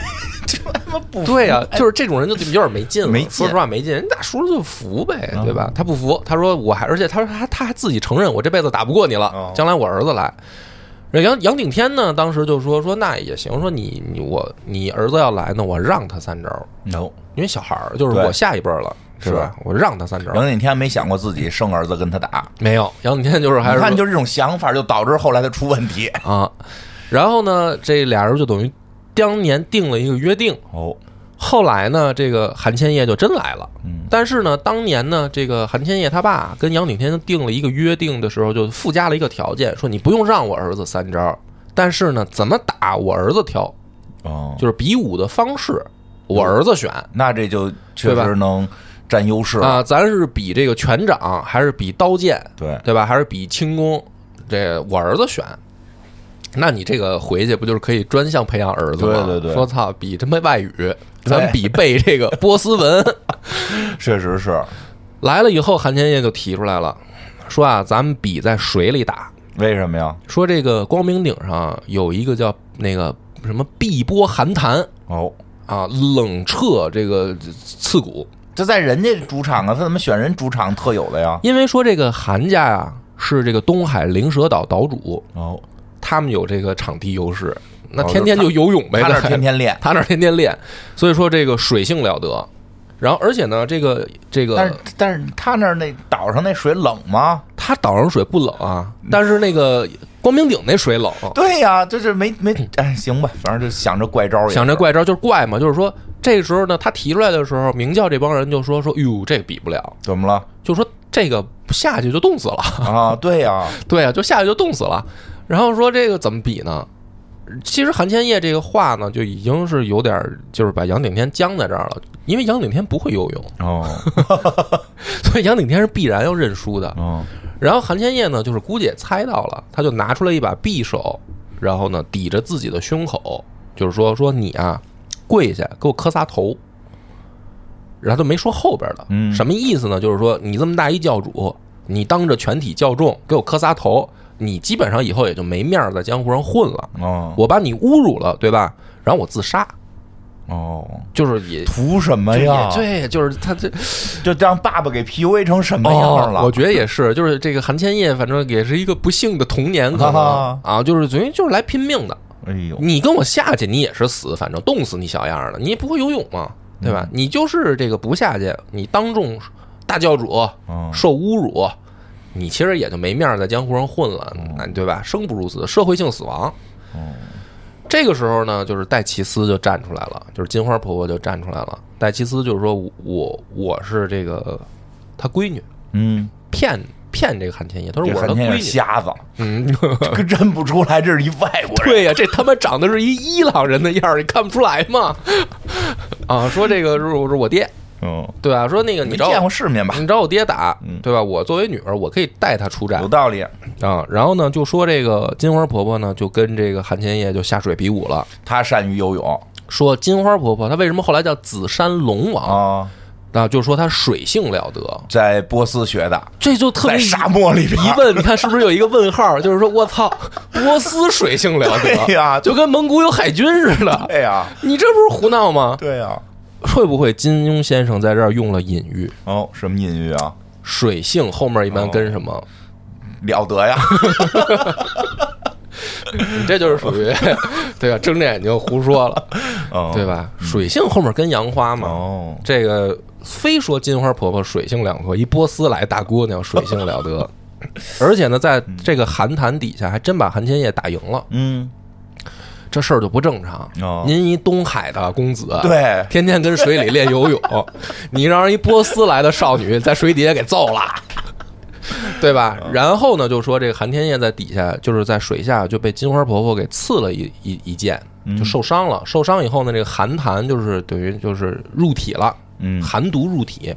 B: 这他妈不服
A: 对呀、就是这种人就有点没劲了，
B: 没劲啊
A: 说实话没劲。人打输了就服呗，对吧？他不服，他说我还，而且他说他他还自己承认我这辈子打不过你了
B: 哦，
A: 将来我儿子来。杨杨顶天呢，当时就说说那也行，说你你我你儿子要来呢，我让他三招，
B: no。
A: 因为小孩儿就是
B: 对
A: 我下一辈儿了，是
B: 是
A: 吧？我让他三招，
B: 杨景天没想过自己生儿子跟他打，
A: 没有杨顶天就是还
B: 你
A: 是
B: 看就这种想法，就导致后来他出问题。
A: 啊。然后呢，这俩人就等于当年定了一个约定。
B: 哦，
A: 后来呢，这个韩千叶就真来了。
B: 嗯，
A: 但是呢，当年呢，这个韩千叶他爸跟杨顶天定了一个约定的时候，就附加了一个条件，说你不用让我儿子三招，但是呢，怎么打我儿子挑，
B: 哦，
A: 就是比武的方式，我儿子选
B: 那这就确
A: 对吧
B: 实能占优势了。
A: 啊，咱是比这个拳掌，还是比刀剑，
B: 对，
A: 对吧？还是比轻功，这我儿子选。那你这个回去不就是可以专项培养儿子吗？
B: 对对对
A: 说操，比他妈外语，咱比背这个波斯文。 (laughs)
B: 确实是。
A: 来了以后，韩千叶就提出来了，说啊，咱们比在水里打。
B: 为什么呀？
A: 说这个光明顶上有一个叫那个什么碧波寒潭
B: 哦，
A: 啊，冷彻这个刺骨。
B: 这在人家主场啊，他怎么选人主场特有的呀？
A: 因为说这个韩家呀、是这个东海灵蛇岛岛主，
B: 哦，
A: 他们有这个场地优势，那
B: 哦
A: 天天就游泳呗，
B: 他那儿
A: 对
B: 天天练，
A: (laughs) 他那儿天天练，所以说这个水性了得。然后，而且呢，这个这
B: 但是
A: 个，
B: 但是他那儿那岛上那水冷吗？
A: 他岛上水不冷啊，
B: 嗯
A: 但是那个光明顶那水冷。
B: 对呀，就是没没，哎，行吧，反正就想着怪招也是，
A: 想这怪招就是怪嘛，就是说这时候呢，他提出来的时候，明教这帮人就说说，哟，这个比不了，
B: 怎么 (laughs) 了
A: 就说这个下去就冻死了，
B: 啊？对呀，
A: 对啊，就下去就冻死了。然后说这个怎么比呢？其实韩千叶这个话呢，就已经是有点儿就是把杨顶天僵在这儿了，因为杨顶天不会游泳，
B: 哦
A: 所以杨顶天是必然要认输的。
B: 哦，
A: 然后韩千叶呢，就是估计也猜到了，他就拿出了一把匕首，然后呢抵着自己的胸口，就是说说你啊，跪下给我磕仨头。然后他没说后边的，
B: 嗯
A: 什么意思呢？就是说你这么大一教主，你当着全体教众给我磕仨头，你基本上以后也就没面儿在江湖上混了。
B: (laughs) 哦
A: 我把你侮辱了，对吧？然后我自杀，
B: 哦，
A: 就是也。
B: 图什么哎呀？
A: 就也对，就是他这
B: 就让爸爸给 PUA 成什么样了？
A: 哦我觉得也是，就是这个韩千叶，反正也是一个不幸的童年，可能
B: 啊
A: 啊就是等于就是来拼命的。
B: 哎呦，
A: 你跟我下去，你也是死，反正冻死你小样儿的，你也不会游泳嘛，对
B: 嗯
A: 吧？你就是这个不下去，你当众大教主
B: 嗯
A: 受侮辱，你其实也就没面儿在江湖上混了，
B: 嗯
A: 那对吧？生不如死，社会性死亡。这个时候呢，就是戴奇斯就站出来了，就是金花婆婆就站出来了。戴奇斯就是说我我是这个她闺女，
B: 嗯，
A: 骗骗这个韩千叶，她说
B: 这
A: 我是她
B: 韩天
A: 闺
B: 是
A: 女。(laughs)
B: 瞎子，
A: 嗯，
B: 可认不出来这是一外国人。
A: 对呀、这他妈长得是一伊朗人的样儿，你看不出来吗？啊，说这个是我是我爹，
B: 嗯，
A: 对吧？说那个你
B: 没
A: 找
B: 见过
A: 我，
B: 世面吧？
A: 你找我爹打
B: 嗯，
A: 对吧？我作为女儿，我可以带他出战
B: 有道理，
A: 啊。然后呢，就说这个金花婆婆呢，就跟这个韩千叶就下水比武了。
B: 他善于游泳
A: 说金花婆婆她为什么后来叫紫山龙王
B: 啊，
A: 啊？就说她水性了得，
B: 在波斯学的，
A: 这就特
B: 在
A: 别
B: 沙漠里边
A: 疑问，你看是不是有一个问号？就是说我操，波斯水性了
B: 对
A: 得，(laughs)
B: 呀
A: 就跟蒙古有海军似的。
B: 对呀，
A: (laughs) 你这不是胡闹吗？
B: 对呀。
A: 会不会金庸先生在这儿用了隐喻？
B: 哦，什么隐喻啊？
A: 水性后面一般跟什么？
B: 了
A: (laughs)
B: 得呀！
A: 你这就是属于 (laughs) 对吧？睁着眼睛胡说了，
B: 嗯
A: 对？吧？水性后面跟杨花嘛。
B: 哦，
A: 这个非说金花婆婆水性两合，一波斯来大姑娘水性了 (laughs) 得，而且呢，在这个寒潭底下还真把韩千叶打赢了，
B: 嗯，
A: 这事儿就不正常
B: 哦。
A: 您一东海的公子，
B: 对，
A: 天天跟水里练游泳，你让人一波斯来的少女在水底下给揍了，对吧？然后呢，就说这个韩天燕在底下，就是在水下就被金花婆婆给刺了一一一剑，就受伤了。受伤以后呢，这个寒痰就是等于就是入体了，
B: 嗯
A: 寒毒入体，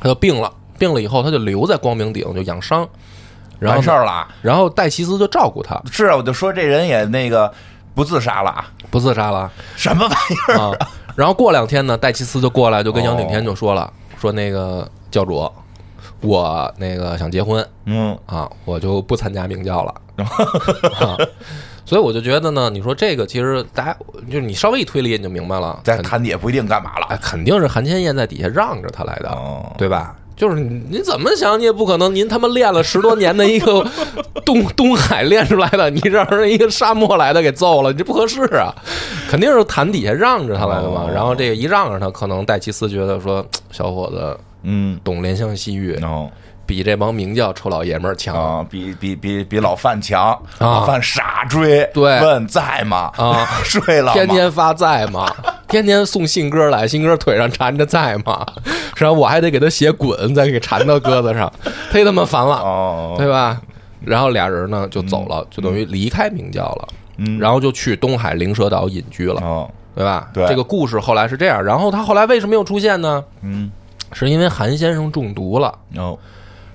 A: 他就病了。病了以后，他就留在光明顶就养伤，然后
B: 完
A: 呢
B: 事儿了啊。
A: 然后戴奇斯就照顾他，
B: 是啊，我就说这人也那个不自杀了啊，
A: 不自杀了。
B: 什么玩意儿？
A: 啊。然后过两天呢，戴奇斯就过来，就跟杨顶天就说了，说那个教主，我那个想结婚
B: 嗯，
A: 啊，我就不参加明教了。啊所以我就觉得呢，你说这个其实大家就是你稍微一推理你就明白了，
B: 在
A: 肯
B: 潭底也不一定干嘛
A: 哎
B: 了。
A: 肯定是韩千燕在底下让着他来的，
B: 哦，
A: 对吧？就是你你怎么想，你也不可能，您他妈练了十多年的一个 (laughs) 东东海练出来的，你让人一个沙漠来的给揍了，你这不合适啊！肯定是潭底下让着他来的嘛。
B: 哦
A: 然后这个一让着他，可能戴奇斯觉得说，小伙子
B: 嗯，
A: 懂怜香惜玉，
B: 哦
A: 比这帮明教臭老爷们儿强啊
B: 啊，比比比比老范强，老范傻追，
A: 对啊
B: 问在吗？， (laughs) 睡了吗
A: 天天发在吗？天天送信鸽来，信鸽腿上缠着在吗？然后我还得给他写滚，再给缠到鸽子上，忒他妈烦了。
B: 哦，嗯
A: 对吧？然后俩人呢就走了，就等于离开明教了，然后就去东海灵蛇岛隐居了，
B: 哦，
A: 对吧？
B: 对
A: 这个故事后来是这样，然后他后来为什么又出现呢？
B: 嗯，
A: 是因为韩先生中毒了，
B: 哦，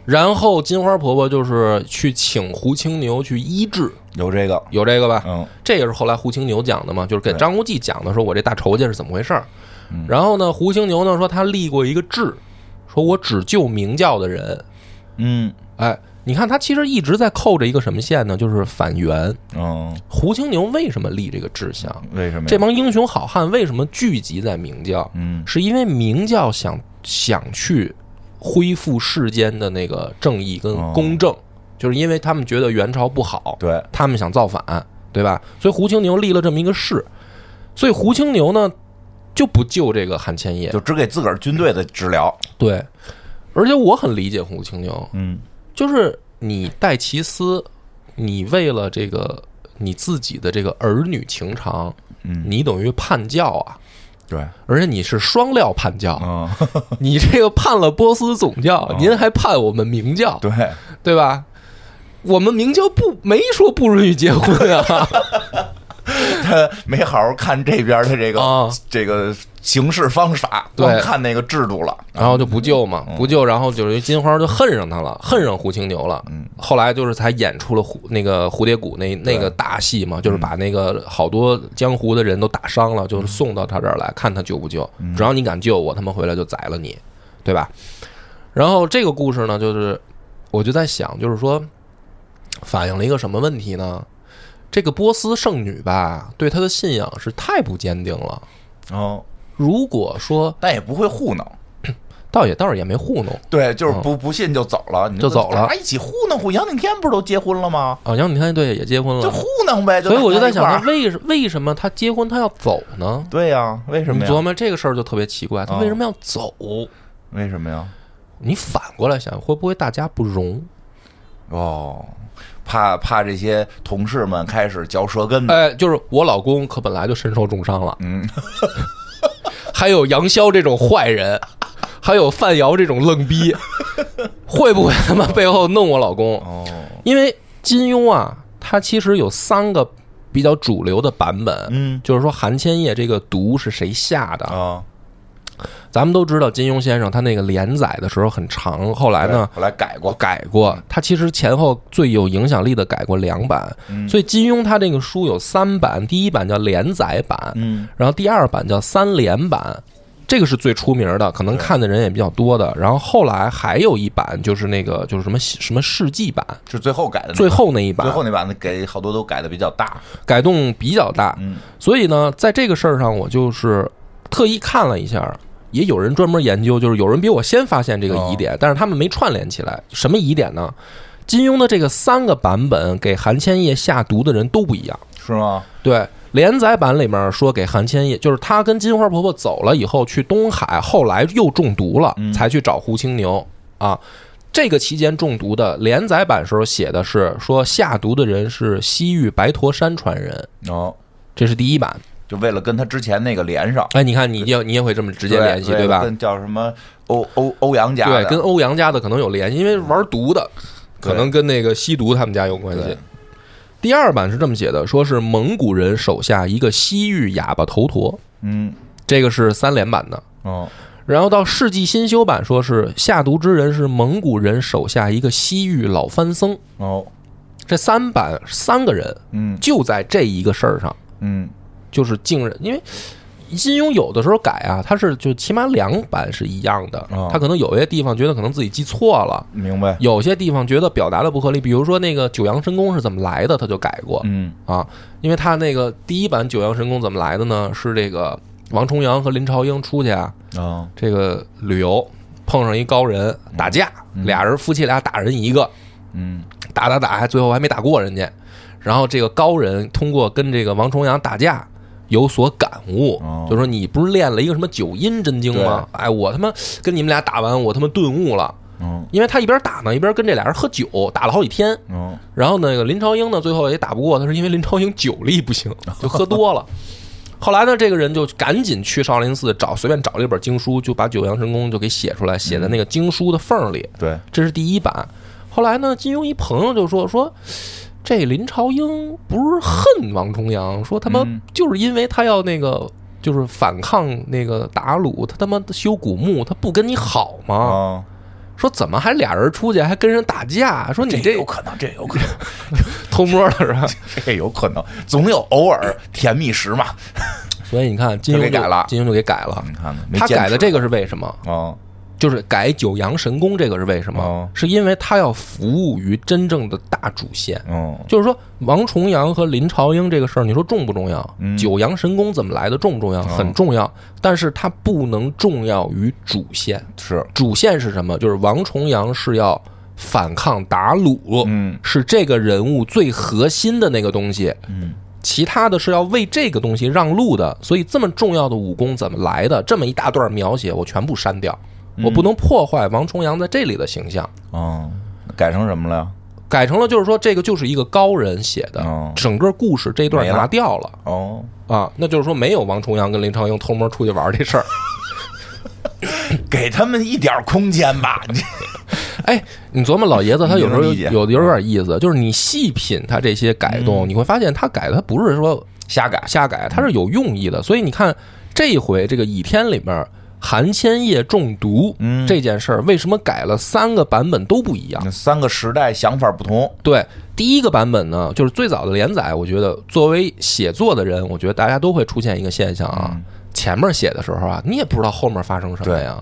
A: 然后金花婆婆就是去请胡青牛去医治，
B: 有这个，
A: 有这个吧？
B: 嗯
A: 这个是后来胡青牛讲的嘛，就是给
B: 对嗯
A: 张无忌讲的，说我这大仇家是怎么回事儿。然后呢，胡青牛呢说他立过一个志，说我只救明教的人，
B: 嗯，
A: 哎，你看他其实一直在扣着一个什么线呢？就是反元。
B: 哦，
A: 胡青牛为什么立这个志向？
B: 为什么呀？
A: 这帮英雄好汉为什么聚集在明教？
B: 嗯
A: 是因为明教想想去恢复世间的那个正义跟
B: 哦
A: 公正，就是因为他们觉得元朝不好，
B: 对，
A: 他们想造反，对吧？所以胡青牛立了这么一个誓，所以胡青牛呢就不救这个韩千叶，
B: 就只给自个儿军队的治疗。
A: 对。而且我很理解胡青牛，
B: 嗯
A: 就是你戴奇斯，你为了这个你自己的这个儿女情长，
B: 嗯，
A: 你等于叛教啊，
B: 对，
A: 而且你是双料叛教，
B: 嗯，
A: 你这个叛了波斯总教，您还叛我们明教，
B: 对，
A: 对吧？我们明教不没说不允许结婚啊，
B: 他没好好看这边的这个、
A: 啊
B: (laughs) 这个行事方法，
A: 对
B: 光看那个制度了。
A: 然后就不救嘛，不救，然后就是金花就恨上他了，恨上胡青牛了。后来就是才演出了蝴那个蝴蝶谷那那个大戏嘛，就是把那个好多江湖的人都打伤了，就是送到他这儿来看他救不救。只要你敢救我，他们回来就宰了你，对吧？然后这个故事呢，就是我就在想，就是说反映了一个什么问题呢？这个波斯圣女吧，对她的信仰是太不坚定了。
B: 哦，
A: 如果说
B: 但也不会糊弄。
A: 倒也倒是也没糊弄。
B: 对，就是不、不信就走了，你
A: 哦就走了
B: 咱俩一起糊弄糊。杨顶天不是都结婚了吗？
A: 啊，杨景天对也结婚
B: 就
A: 了，
B: 糊弄呗。
A: 所以我就在想，
B: 大家一
A: 他
B: 块儿
A: 为什为什么他结婚他要走呢？
B: 对呀、为什
A: 你
B: 么
A: 琢
B: 呀？
A: 磨这个事儿就特别奇怪，他
B: 哦
A: 为什么要走？
B: 为什么呀？
A: 你反过来想，会不会大家不容？
B: 哦，怕怕这些同事们开始嚼舌根子，
A: 哎，就是我老公可本来就身受重伤了，
B: 嗯，
A: (laughs) 还有杨潇这种坏人，还有范瑶这种愣逼，会不会他妈背后弄我老公？
B: 哦，
A: 因为金庸啊，他其实有三个比较主流的版本，
B: 嗯
A: 就是说韩千叶这个毒是谁下的？
B: 啊，
A: 咱们都知道金庸先生他那个连载的时候很长，后来呢
B: 后来改过，
A: 改过，他其实前后最有影响力的改过两版，
B: 嗯
A: 所以金庸他这个书有三版，第一版叫连载版，
B: 嗯
A: 然后第二版叫三连版。这个是最出名的，可能看的人也比较多的。然后后来还有一版，就是那个就是什么什么世纪版，
B: 是最后改的那版，
A: 最后那一版
B: 最，后那版给好多都改的比较大，
A: 改动比较大，
B: 嗯
A: 所以呢，在这个事儿上，我就是特意看了一下，也有人专门研究，就是有人比我先发现这个疑点，但是他们没串联起来。什么疑点呢？金庸的这个三个版本给韩千叶下毒的人都不一样。
B: 是吗？
A: 对，连载版里面说给韩千叶，就是他跟金花婆婆走了以后去东海，后来又中毒了，才去找胡青牛啊。这个期间中毒的连载版时候写的是说下毒的人是西域白驼山传人，
B: 哦，
A: 这是第一版。
B: 就为了跟他之前那个连上，
A: 哎，你看你也你也会这么直
B: 直
A: 接联系对吧？
B: 跟叫什么欧欧欧阳家的，
A: 对，跟欧阳家的可能有联系，因为玩毒的可能跟那个吸毒他们家有关系
B: 对。
A: 第二版是这么写的，说是蒙古人手下一个西域哑巴头陀，
B: 嗯
A: 这个是三连版的。
B: 哦
A: 然后到世纪新修版，说是下毒之人是蒙古人手下一个西域老番僧。
B: 哦
A: 这三版三个人
B: 嗯
A: 就在这一个事儿上，
B: 嗯
A: 就是竟然因为。金庸有的时候改啊，他是就起码两版是一样的
B: 哦，嗯
A: 他可能有些地方觉得可能自己记错了，
B: 明白，
A: 有些地方觉得表达的不合理，比如说那个九阳神功是怎么来的，他就改过
B: 嗯
A: 啊，因为他那个第一版九阳神功怎么来的呢？是这个王重阳和林朝英出去啊，
B: 哦
A: 这个旅游碰上一高人打架，
B: 嗯
A: 俩人夫妻俩打人一个，
B: 嗯
A: 打打打，还最后还没打过人家。然后这个高人通过跟这个王重阳打架有所感悟
B: 哦，
A: 就说你不是练了一个什么九阴真经吗？哎，我他妈跟你们俩打完，我他妈顿悟了。
B: 哦
A: 因为他一边打呢，一边跟这俩人喝酒，打了好几天。
B: 哦
A: 然后那个林朝英呢，最后也打不过他，是因为林朝英酒力不行，就喝多了。 (laughs) 后来呢，这个人就赶紧去少林寺找随便找了一本经书，就把九阳神功就给写出来，写在那个经书的缝儿里。
B: 对，
A: 这是第一版。后来呢，金庸一朋友就说说，这林朝英不是恨王重阳，说他妈
B: 嗯
A: 就是因为他要那个就是反抗那个鞑虏，他他妈修古墓，他不跟你好吗？
B: 哦，
A: 说怎么还俩人出去还跟人打架？说你
B: 这
A: 这
B: 有可能，这有可能，
A: 偷摸了是
B: (laughs)
A: 吧？
B: 这有可能，总有偶尔甜蜜时嘛。
A: 所以你看，金庸
B: 就给改了
A: 金庸就给改了。
B: 你看看，没
A: 他
B: 坚
A: 改的
B: 持
A: 这个是为什么？
B: 哦
A: 就是改九阳神功这个是为什么
B: 哦？
A: 是因为他要服务于真正的大主线。
B: 哦
A: 就是说，王重阳和林朝英这个事儿，你说重不重要？
B: 嗯
A: 九阳神功怎么来的重不重要？
B: 哦
A: 很重要，但是它不能重要于主线。
B: 是
A: 主线是什么？就是王重阳是要反抗鞑虏，
B: 嗯
A: 是这个人物最核心的那个东西。
B: 嗯
A: 其他的是要为这个东西让路的，所以这么重要的武功怎么来的？这么一大段描写，我全部删掉，
B: 嗯
A: 我不能破坏王重阳在这里的形象。
B: 哦，改成什么了？
A: 改成了就是说，这个就是一个高人写的
B: 哦，
A: 整个故事这一段
B: 没了
A: 拿掉了
B: 哦，
A: 啊，那就是说没有王重阳跟林朝英偷摸出去玩这
B: (laughs)
A: 事儿。
B: 给他们一点儿空间吧。
A: (laughs)
B: 你
A: 哎，你琢磨老爷子他有时候有
B: 你能理解嗯
A: 有有点意思，就是你细品他这些改动，你会发现他改的他不是说
B: 瞎改
A: 瞎改，它是有用意的。所以你看这一回这个《倚天》里面韩千叶中毒、
B: 嗯
A: 这件事儿，为什么改了三个版本都不一样？
B: 那三个时代想法不同，
A: 对，第一个版本呢，就是最早的连载，我觉得作为写作的人，我觉得大家都会出现一个现象啊，
B: 嗯
A: 前面写的时候啊，你也不知道后面发生什么呀。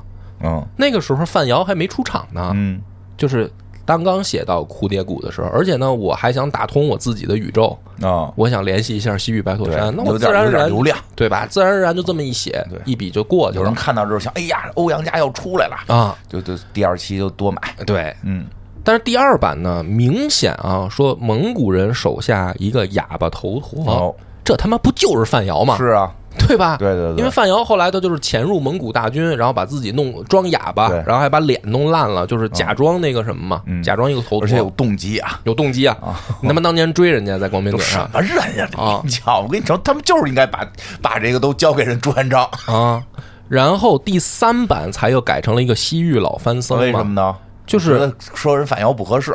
B: 嗯
A: 那个时候范瑶还没出场呢，
B: 嗯
A: 就是刚刚写到蝴蝶谷的时候，而且呢，我还想打通我自己的宇宙，
B: 啊，
A: 我想联系一下西域白驼
B: 对
A: 啊山，那，我
B: 有
A: 自
B: 点
A: 然
B: 有
A: 而
B: 点
A: 然
B: 流量。
A: 对吧？自然而然就这么一写，
B: 对
A: 一笔就过去
B: 有人
A: 了
B: 看到之后想，哎呀，欧阳家要出来了，
A: 啊。
B: 就就第二期就多买。
A: 对，
B: 嗯
A: 但是第二版呢，明显啊，说蒙古人手下一个哑巴头陀，
B: 哦
A: 这他妈不就是范瑶吗？
B: 是啊，
A: 对吧？
B: 对对对，
A: 因为范瑶后来他就是潜入蒙古大军，然后把自己弄装哑巴，
B: 对
A: 然后还把脸弄烂了，就是假装那个什么嘛，
B: 嗯
A: 假装一个头
B: 而且有
A: 陀，
B: 动机啊，
A: 有动机啊！你他妈当年追人家在光明
B: 有
A: 顶
B: 什
A: 上
B: 么人呀、
A: 啊
B: 你瞧，我跟你说，他们就是应该把把这个都交给人朱元璋，
A: 啊，然后第三版才又改成了一个西域老番僧嘛，
B: 为什么呢？
A: 就是
B: 我觉得说人反摇不合适，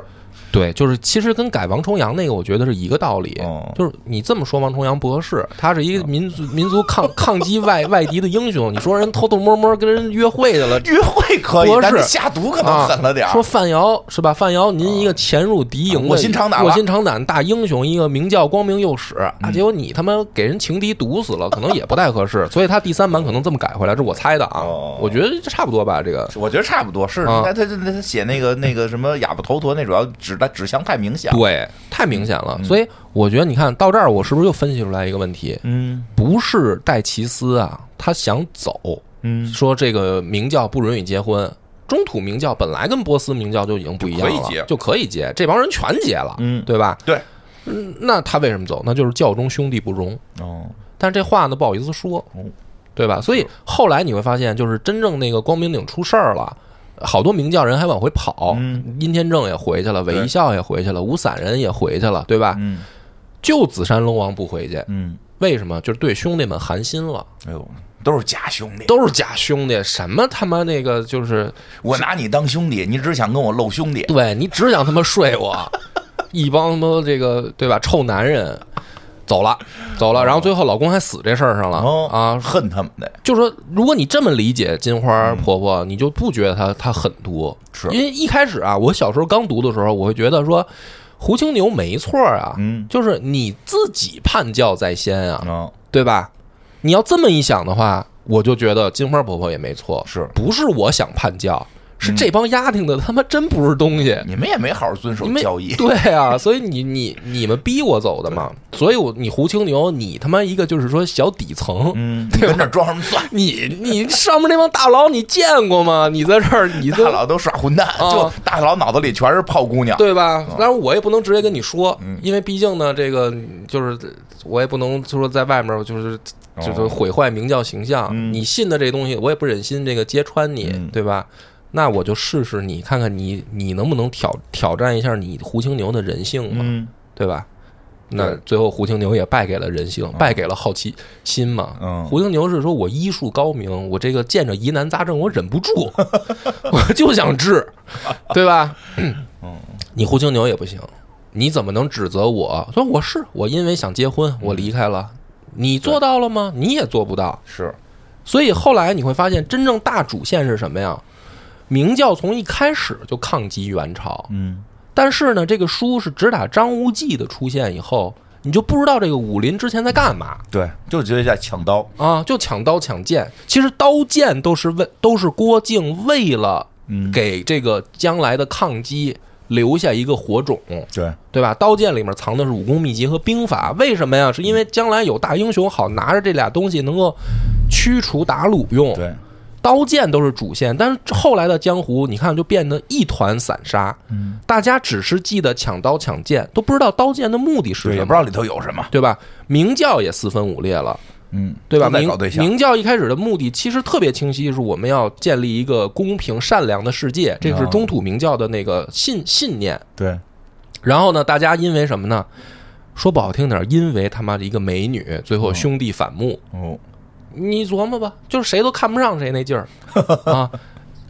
A: 对，就是其实跟改王重阳那个，我觉得是一个道理。
B: 哦
A: 就是你这么说王重阳不合适，他是一个民族民族抗抗击外 (laughs) 外敌的英雄。你说人偷偷摸摸跟人约会去了，
B: 约会可以
A: 不合，适
B: 但是下毒 (laughs) 可能狠了点
A: 啊
B: 儿。
A: 说范瑶是吧？范瑶，您一个潜入敌营的、
B: 啊卧薪尝胆了嗯
A: 卧薪尝胆大英雄，一个名叫光明右使啊，结果你他妈给人情敌毒死了，可能也不太合适。 (laughs) 所以他第三版可能这么改回来，这是我猜的啊
B: 哦。
A: 我觉得这差不多吧，这个。
B: 我觉得差不多是，
A: 啊
B: 他他他他
A: (laughs)
B: 写那个那个什么哑巴头陀那主要指的指向太明显。
A: 对，太明显了，所以我觉得你看到这儿，我是不是又分析出来一个问题？
B: 嗯
A: 不是戴奇斯啊，他想走，
B: 嗯，
A: 说这个明教不允许结婚。中土明教本来跟波斯明教就已经不一样
B: 就可以
A: 了
B: 结，
A: 就可以结，这帮人全结了，
B: 嗯
A: 对吧？
B: 对，
A: 嗯，那他为什么走？那就是教中兄弟不容。
B: 哦，
A: 但是这话呢，不好意思说
B: 哦，
A: 对吧？所以
B: 嗯
A: 后来你会发现，就是真正那个光明顶出事儿了。好多明教人还往回跑，
B: 嗯
A: 殷天正也回去了，韦
B: 对
A: 一笑也回去了，吴散人也回去了，对吧？
B: 嗯
A: 就紫山龙王不回去，
B: 嗯，
A: 为什么？就是对兄弟们寒心了。
B: 哎呦，都是假兄弟，
A: 都是假兄弟，什么他妈那个就是，
B: 我拿你当兄弟，你只想跟我露兄弟。
A: 对你只想他妈睡
B: (laughs)
A: 我，一帮他妈这个对吧，臭男人，走了走了，然后最后老公还死这事儿上了、
B: 哦
A: 啊，
B: 恨他们的，
A: 就说如果你这么理解金花婆婆，你就不觉得她她狠毒，
B: 嗯是
A: 因为一开始啊，我小时候刚读的时候，我会觉得说胡青牛没错啊，
B: 嗯
A: 就是你自己叛教在先啊，
B: 啊，
A: 对吧？你要这么一想的话，我就觉得金花婆婆也没错，
B: 是嗯
A: 不是我想叛教，是这帮丫挺的他妈真不是东西。
B: 你们也没好好遵守
A: 你们，
B: 教义
A: (laughs) 对啊，所以你你你们逼我走的嘛，所以我你胡青牛，你他妈一个就是说小底层， (laughs)
B: 嗯，你跟这装什么蒜？
A: 你你上面那帮大佬你见过吗？你在这儿你
B: 大
A: 这
B: 佬都耍混蛋，
A: 啊
B: 就大佬脑子里全是泡姑娘。
A: 对吧？当然我也不能直接跟你说，
B: 嗯
A: 因为毕竟呢，这个就是我也不能就说在外面就是
B: 哦
A: 就是毁坏明教形象。
B: 嗯
A: 你信的这东西，我也不忍心这个揭穿你，
B: 嗯
A: 对吧？那我就试试你，看看你你能不能挑挑战一下你胡青牛的人性嘛，
B: 嗯
A: 对吧？那
B: 对
A: 最后胡青牛也败给了人性，败给了好奇心嘛。
B: 嗯
A: 胡青牛是说我医术高明，我这个见着疑难杂症我忍不
B: (laughs)
A: 住，我就想治，对吧？
B: 嗯
A: (clears throat) 你胡青牛也不行，你怎么能指责我？说我是我因为想结婚我离开了，
B: 嗯
A: 你做到了吗？你也做不到。
B: 是，
A: 所以后来你会发现，真正大主线是什么呀？明教从一开始就抗击元朝，
B: 嗯
A: 但是呢，这个书是只打张无忌的出现以后，你就不知道这个武林之前在干嘛
B: 对，就觉得在抢刀，
A: 啊，就抢刀抢剑。其实刀剑都是为都是郭靖为了
B: 嗯，
A: 给这个将来的抗击留下一个火种，
B: 对，
A: 对吧？刀剑里面藏的是武功秘籍和兵法，为什么呀？是因为将来有大英雄好拿着这俩东西能够驱除鞑虏用。
B: 对，
A: 刀剑都是主线，但是后来的江湖，你看就变得一团散沙，
B: 嗯，
A: 大家只是记得抢刀抢剑，都不知道刀剑的目的是
B: 对，也
A: 什
B: 不知
A: 么，
B: 道里头有什么，
A: 对吧？明教也四分五裂了，
B: 嗯，
A: 对吧？
B: 都在
A: 明
B: 搞对象，
A: 明教一开始的目的其实特别清晰，是我们要建立一个公平善良的世界，这是
B: 哦
A: 中土明教的那个信信念。
B: 对，
A: 然后呢，大家因为什么呢？说不好听点儿，因为他妈的一个美女，最后兄弟反目，
B: 哦，
A: 你琢磨吧，就是谁都看不上谁那劲
B: (laughs)
A: 儿啊！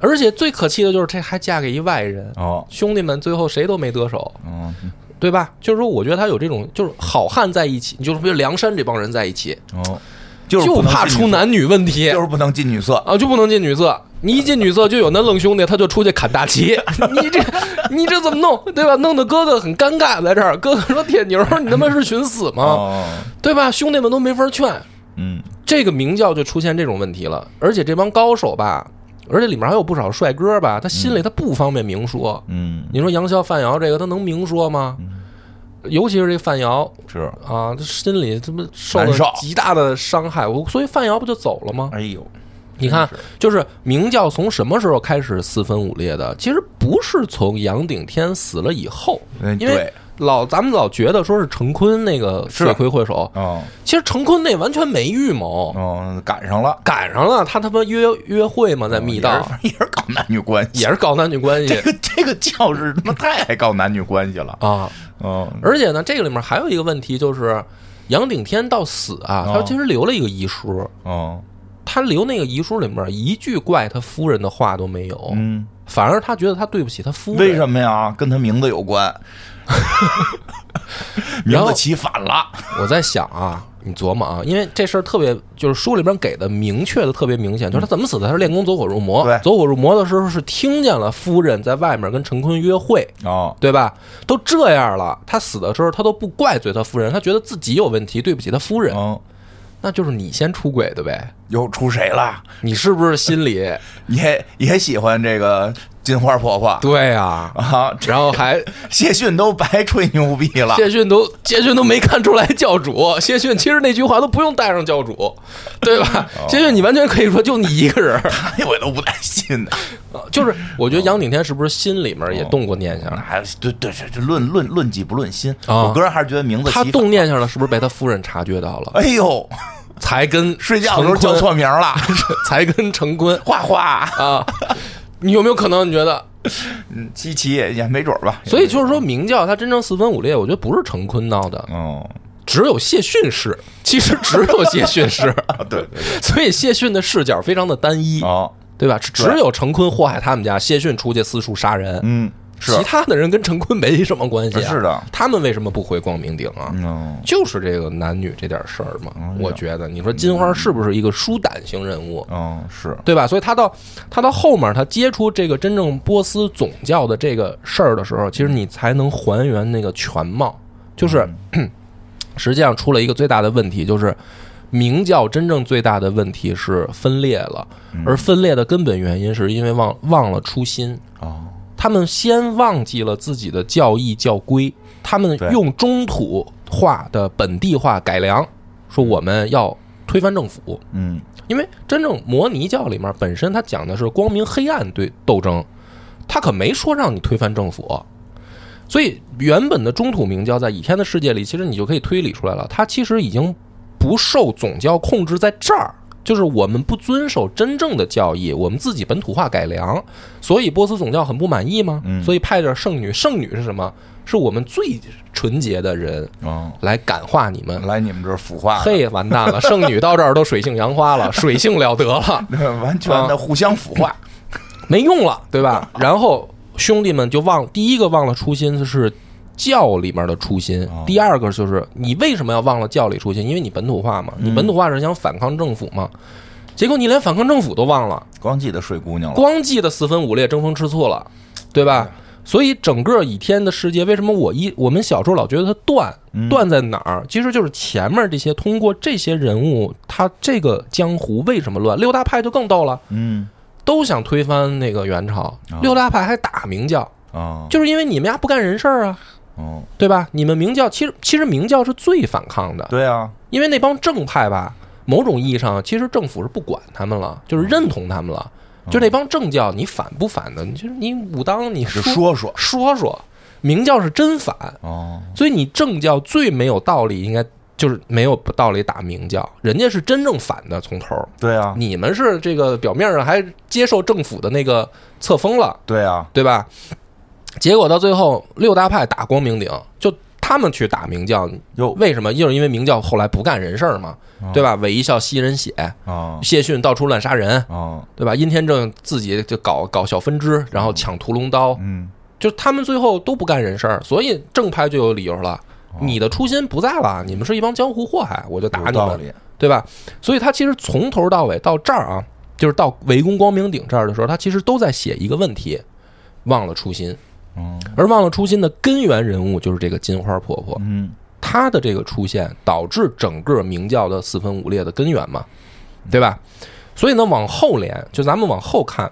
A: 而且最可气的就是这还嫁给一外人，
B: 哦，
A: 兄弟们最后谁都没得手，
B: 嗯，
A: 对吧？就是说，我觉得他有这种，就是好汉在一起，就是比如梁山这帮人在一起，
B: 哦，
A: 就是
B: 不能
A: 怕
B: 进
A: 出
B: 女色，
A: 男女问题
B: 就是不能进女色，
A: 啊，就不能进女色。你一进女色，就有那愣兄弟，他就出去砍大旗。
B: (laughs)
A: 你这你这怎么弄，对吧？弄得哥哥很尴尬，在这儿，哥哥说：“铁牛，你他妈是寻死吗？
B: 哦，
A: 对吧？”兄弟们都没法劝，
B: 嗯，
A: 这个明教就出现这种问题了，而且这帮高手吧，而且里面还有不少帅哥吧，他心里他不方便明说。
B: 嗯，
A: 你说杨逍、范瑶这个，他能明说吗？尤其是这范瑶
B: 是，
A: 啊，他心里他妈受
B: 难受
A: 了极大的伤害，我所以范瑶不就走了吗？
B: 哎呦，
A: 你看就
B: 真是，
A: 是明教从什么时候开始四分五裂的？其实不是从杨顶天死了以后
B: 嗯，
A: 因为
B: 对
A: 老咱们老觉得说是成昆那个
B: 是
A: 罪魁祸首，
B: 哦
A: 其实成昆那完全没预谋，
B: 哦，赶上了，
A: 赶上了他他妈约约会嘛，在密道
B: 哦也是也是搞男女关系，
A: 也是搞男女关系
B: 这个这个教是他妈太爱搞男女关系了。
A: 啊。
B: 嗯，
A: 而且呢，这个里面还有一个问题就是，杨顶天到死啊，
B: 哦
A: 他其实留了一个遗书，
B: 哦，
A: 他留那个遗书里面一句怪他夫人的话都没有，
B: 嗯，
A: 反而他觉得他对不起他夫人。
B: 为什么呀？跟他名字有关， (laughs) 名
A: 然后
B: 字起反了。
A: 我在想啊，你琢磨啊，因为这事儿特别，就是书里边给的明确的特别明显，就是他怎么死的？他是练功走火入魔，
B: 嗯对
A: 走火入魔的时候是听见了夫人在外面跟陈坤约会，
B: 哦，
A: 对吧？都这样了，他死的时候他都不怪罪他夫人，他觉得自己有问题，对不起他夫人，
B: 嗯，
A: 那就是你先出轨的呗？
B: 又出谁了？
A: 你是不是心里
B: 也也喜欢这个金花婆婆
A: (laughs) 对呀、
B: (laughs) 啊？这
A: 然后还
B: 谢逊都白吹牛逼了，
A: 谢逊都谢逊都没看出来教主，谢逊其实那句话都不用带上教主，对吧？
B: 哦
A: 谢逊你完全可以说就你一个人，
B: 哎我都不带信的。
A: 啊， (laughs) 就是我觉
B: 哦
A: 得杨顶天是不是心里面也动过念想？
B: 还有哎对对这这论论论己不论心，
A: 啊
B: 我个人还是觉得名字
A: 他
B: 起反。
A: 动念想了，是不是被他夫人察觉到了，
B: 哎呦，
A: 才跟
B: 睡觉的时候
A: 陈坤
B: 叫，错名了，
A: (laughs) 才跟成坤
B: 花花，
A: 啊？你有没有可能你觉得？
B: 嗯，七七也也没准儿吧。
A: 所以就是说，明教他真正四分五裂，我觉得不是成坤闹的，
B: 哦，
A: 只有谢逊是，其实只有谢逊是， (laughs)
B: 啊对对对，
A: 所以谢逊的视角非常的单一，
B: 哦，
A: 对吧？只只有成坤祸害他们家，谢逊出去四处杀人，
B: 嗯，是
A: 其他的人跟成坤没什么关系啊。
B: 是的，
A: 他们为什么不回光明顶啊？
B: 嗯，哎
A: 就是这个男女这点事儿嘛，我觉得，你说金花是不是一个疏胆型人物，
B: 哦是，
A: 对吧？所以他到他到后面，他接触这个真正波斯总教的这个事儿的时候，其实你才能还原那个全貌。就是、 (clears throat) 实际上出了一个最大的问题，就是明教真正最大的问题是分裂了，而分裂的根本原因是因为忘忘了初心。
B: 哦，
A: 他们先忘记了自己的教义教规，他们
B: 对
A: 用中土化的本地化改良，说我们要推翻政府，
B: 嗯，
A: 因为真正摩尼教里面本身它讲的是光明黑暗对斗争，它可没说让你推翻政府。所以原本的中土明教在倚天的世界里，其实你就可以推理出来了，它其实已经不受总教控制在这儿。就是我们不遵守真正的教义，我们自己本土化改良，所以波斯总教很不满意吗？所以派点圣女，圣女是什么？是我们最纯洁的人
B: 哦，
A: 来感化你们，
B: 来你们这儿腐化了，
A: 嘿，完蛋了！剩女到这儿都水性杨花了，水性了得了，
B: (laughs) 完全
A: 啊
B: 的互相腐化，
A: 没用了，对吧？然后兄弟们就忘，第一个忘了初心是教里面的初心，第二个就是你为什么要忘了教里初心？因为你本土化嘛，你本土化是想反抗政府嘛，结果你连反抗政府都忘了，
B: 光记得睡姑娘了，
A: 光记得四分五裂、争风吃醋了，对吧？所以整个倚天的世界，为什么我一我们小时候老觉得它断断在哪儿？其实就是前面这些通过这些人物，他这个江湖为什么乱？六大派就更逗了，
B: 嗯，
A: 都想推翻那个元朝，六大派还打明教，
B: 哦，
A: 就是因为你们家不干人事儿啊，
B: 哦，
A: 对吧？你们明教其实其实明教是最反抗的，
B: 对啊，
A: 因为那帮正派吧，某种意义上其实政府是不管他们了，就是认同他们了。就那帮正教，你反不反的？你就是你武当，你
B: 就
A: 说
B: 说说，
A: 说说，明教是真反，
B: 哦，
A: 所以你正教最没有道理，应该就是没有道理打明教，人家是真正反的，从头儿。
B: 对啊，
A: 你们是这个表面上还接受政府的那个册封了，
B: 对啊，
A: 对吧？结果到最后，六大派打光明顶，就他们去打明教，
B: 哟，
A: 为什么？就是因为明教后来不干人事儿嘛，对吧？韦一笑吸人血，
B: 哦，
A: 谢逊到处乱杀人，
B: 哦，
A: 对吧？殷天正自己就搞搞小分支，然后抢屠龙刀，
B: 嗯，
A: 就他们最后都不干人事儿，所以正派就有理由了。
B: 哦
A: 你的初心不在了，你们是一帮江湖祸害，我就打
B: 有
A: 你
B: 道
A: 们，
B: 理，
A: 对吧？所以他其实从头到尾到这儿啊，就是到围攻光明顶这儿的时候，他其实都在写一个问题，忘了初心。
B: 嗯
A: 而忘了初心的根源人物就是这个金花婆婆，
B: 嗯，
A: 她的这个出现导致整个明教的四分五裂的根源嘛，对吧？所以呢，往后连，就咱们往后看，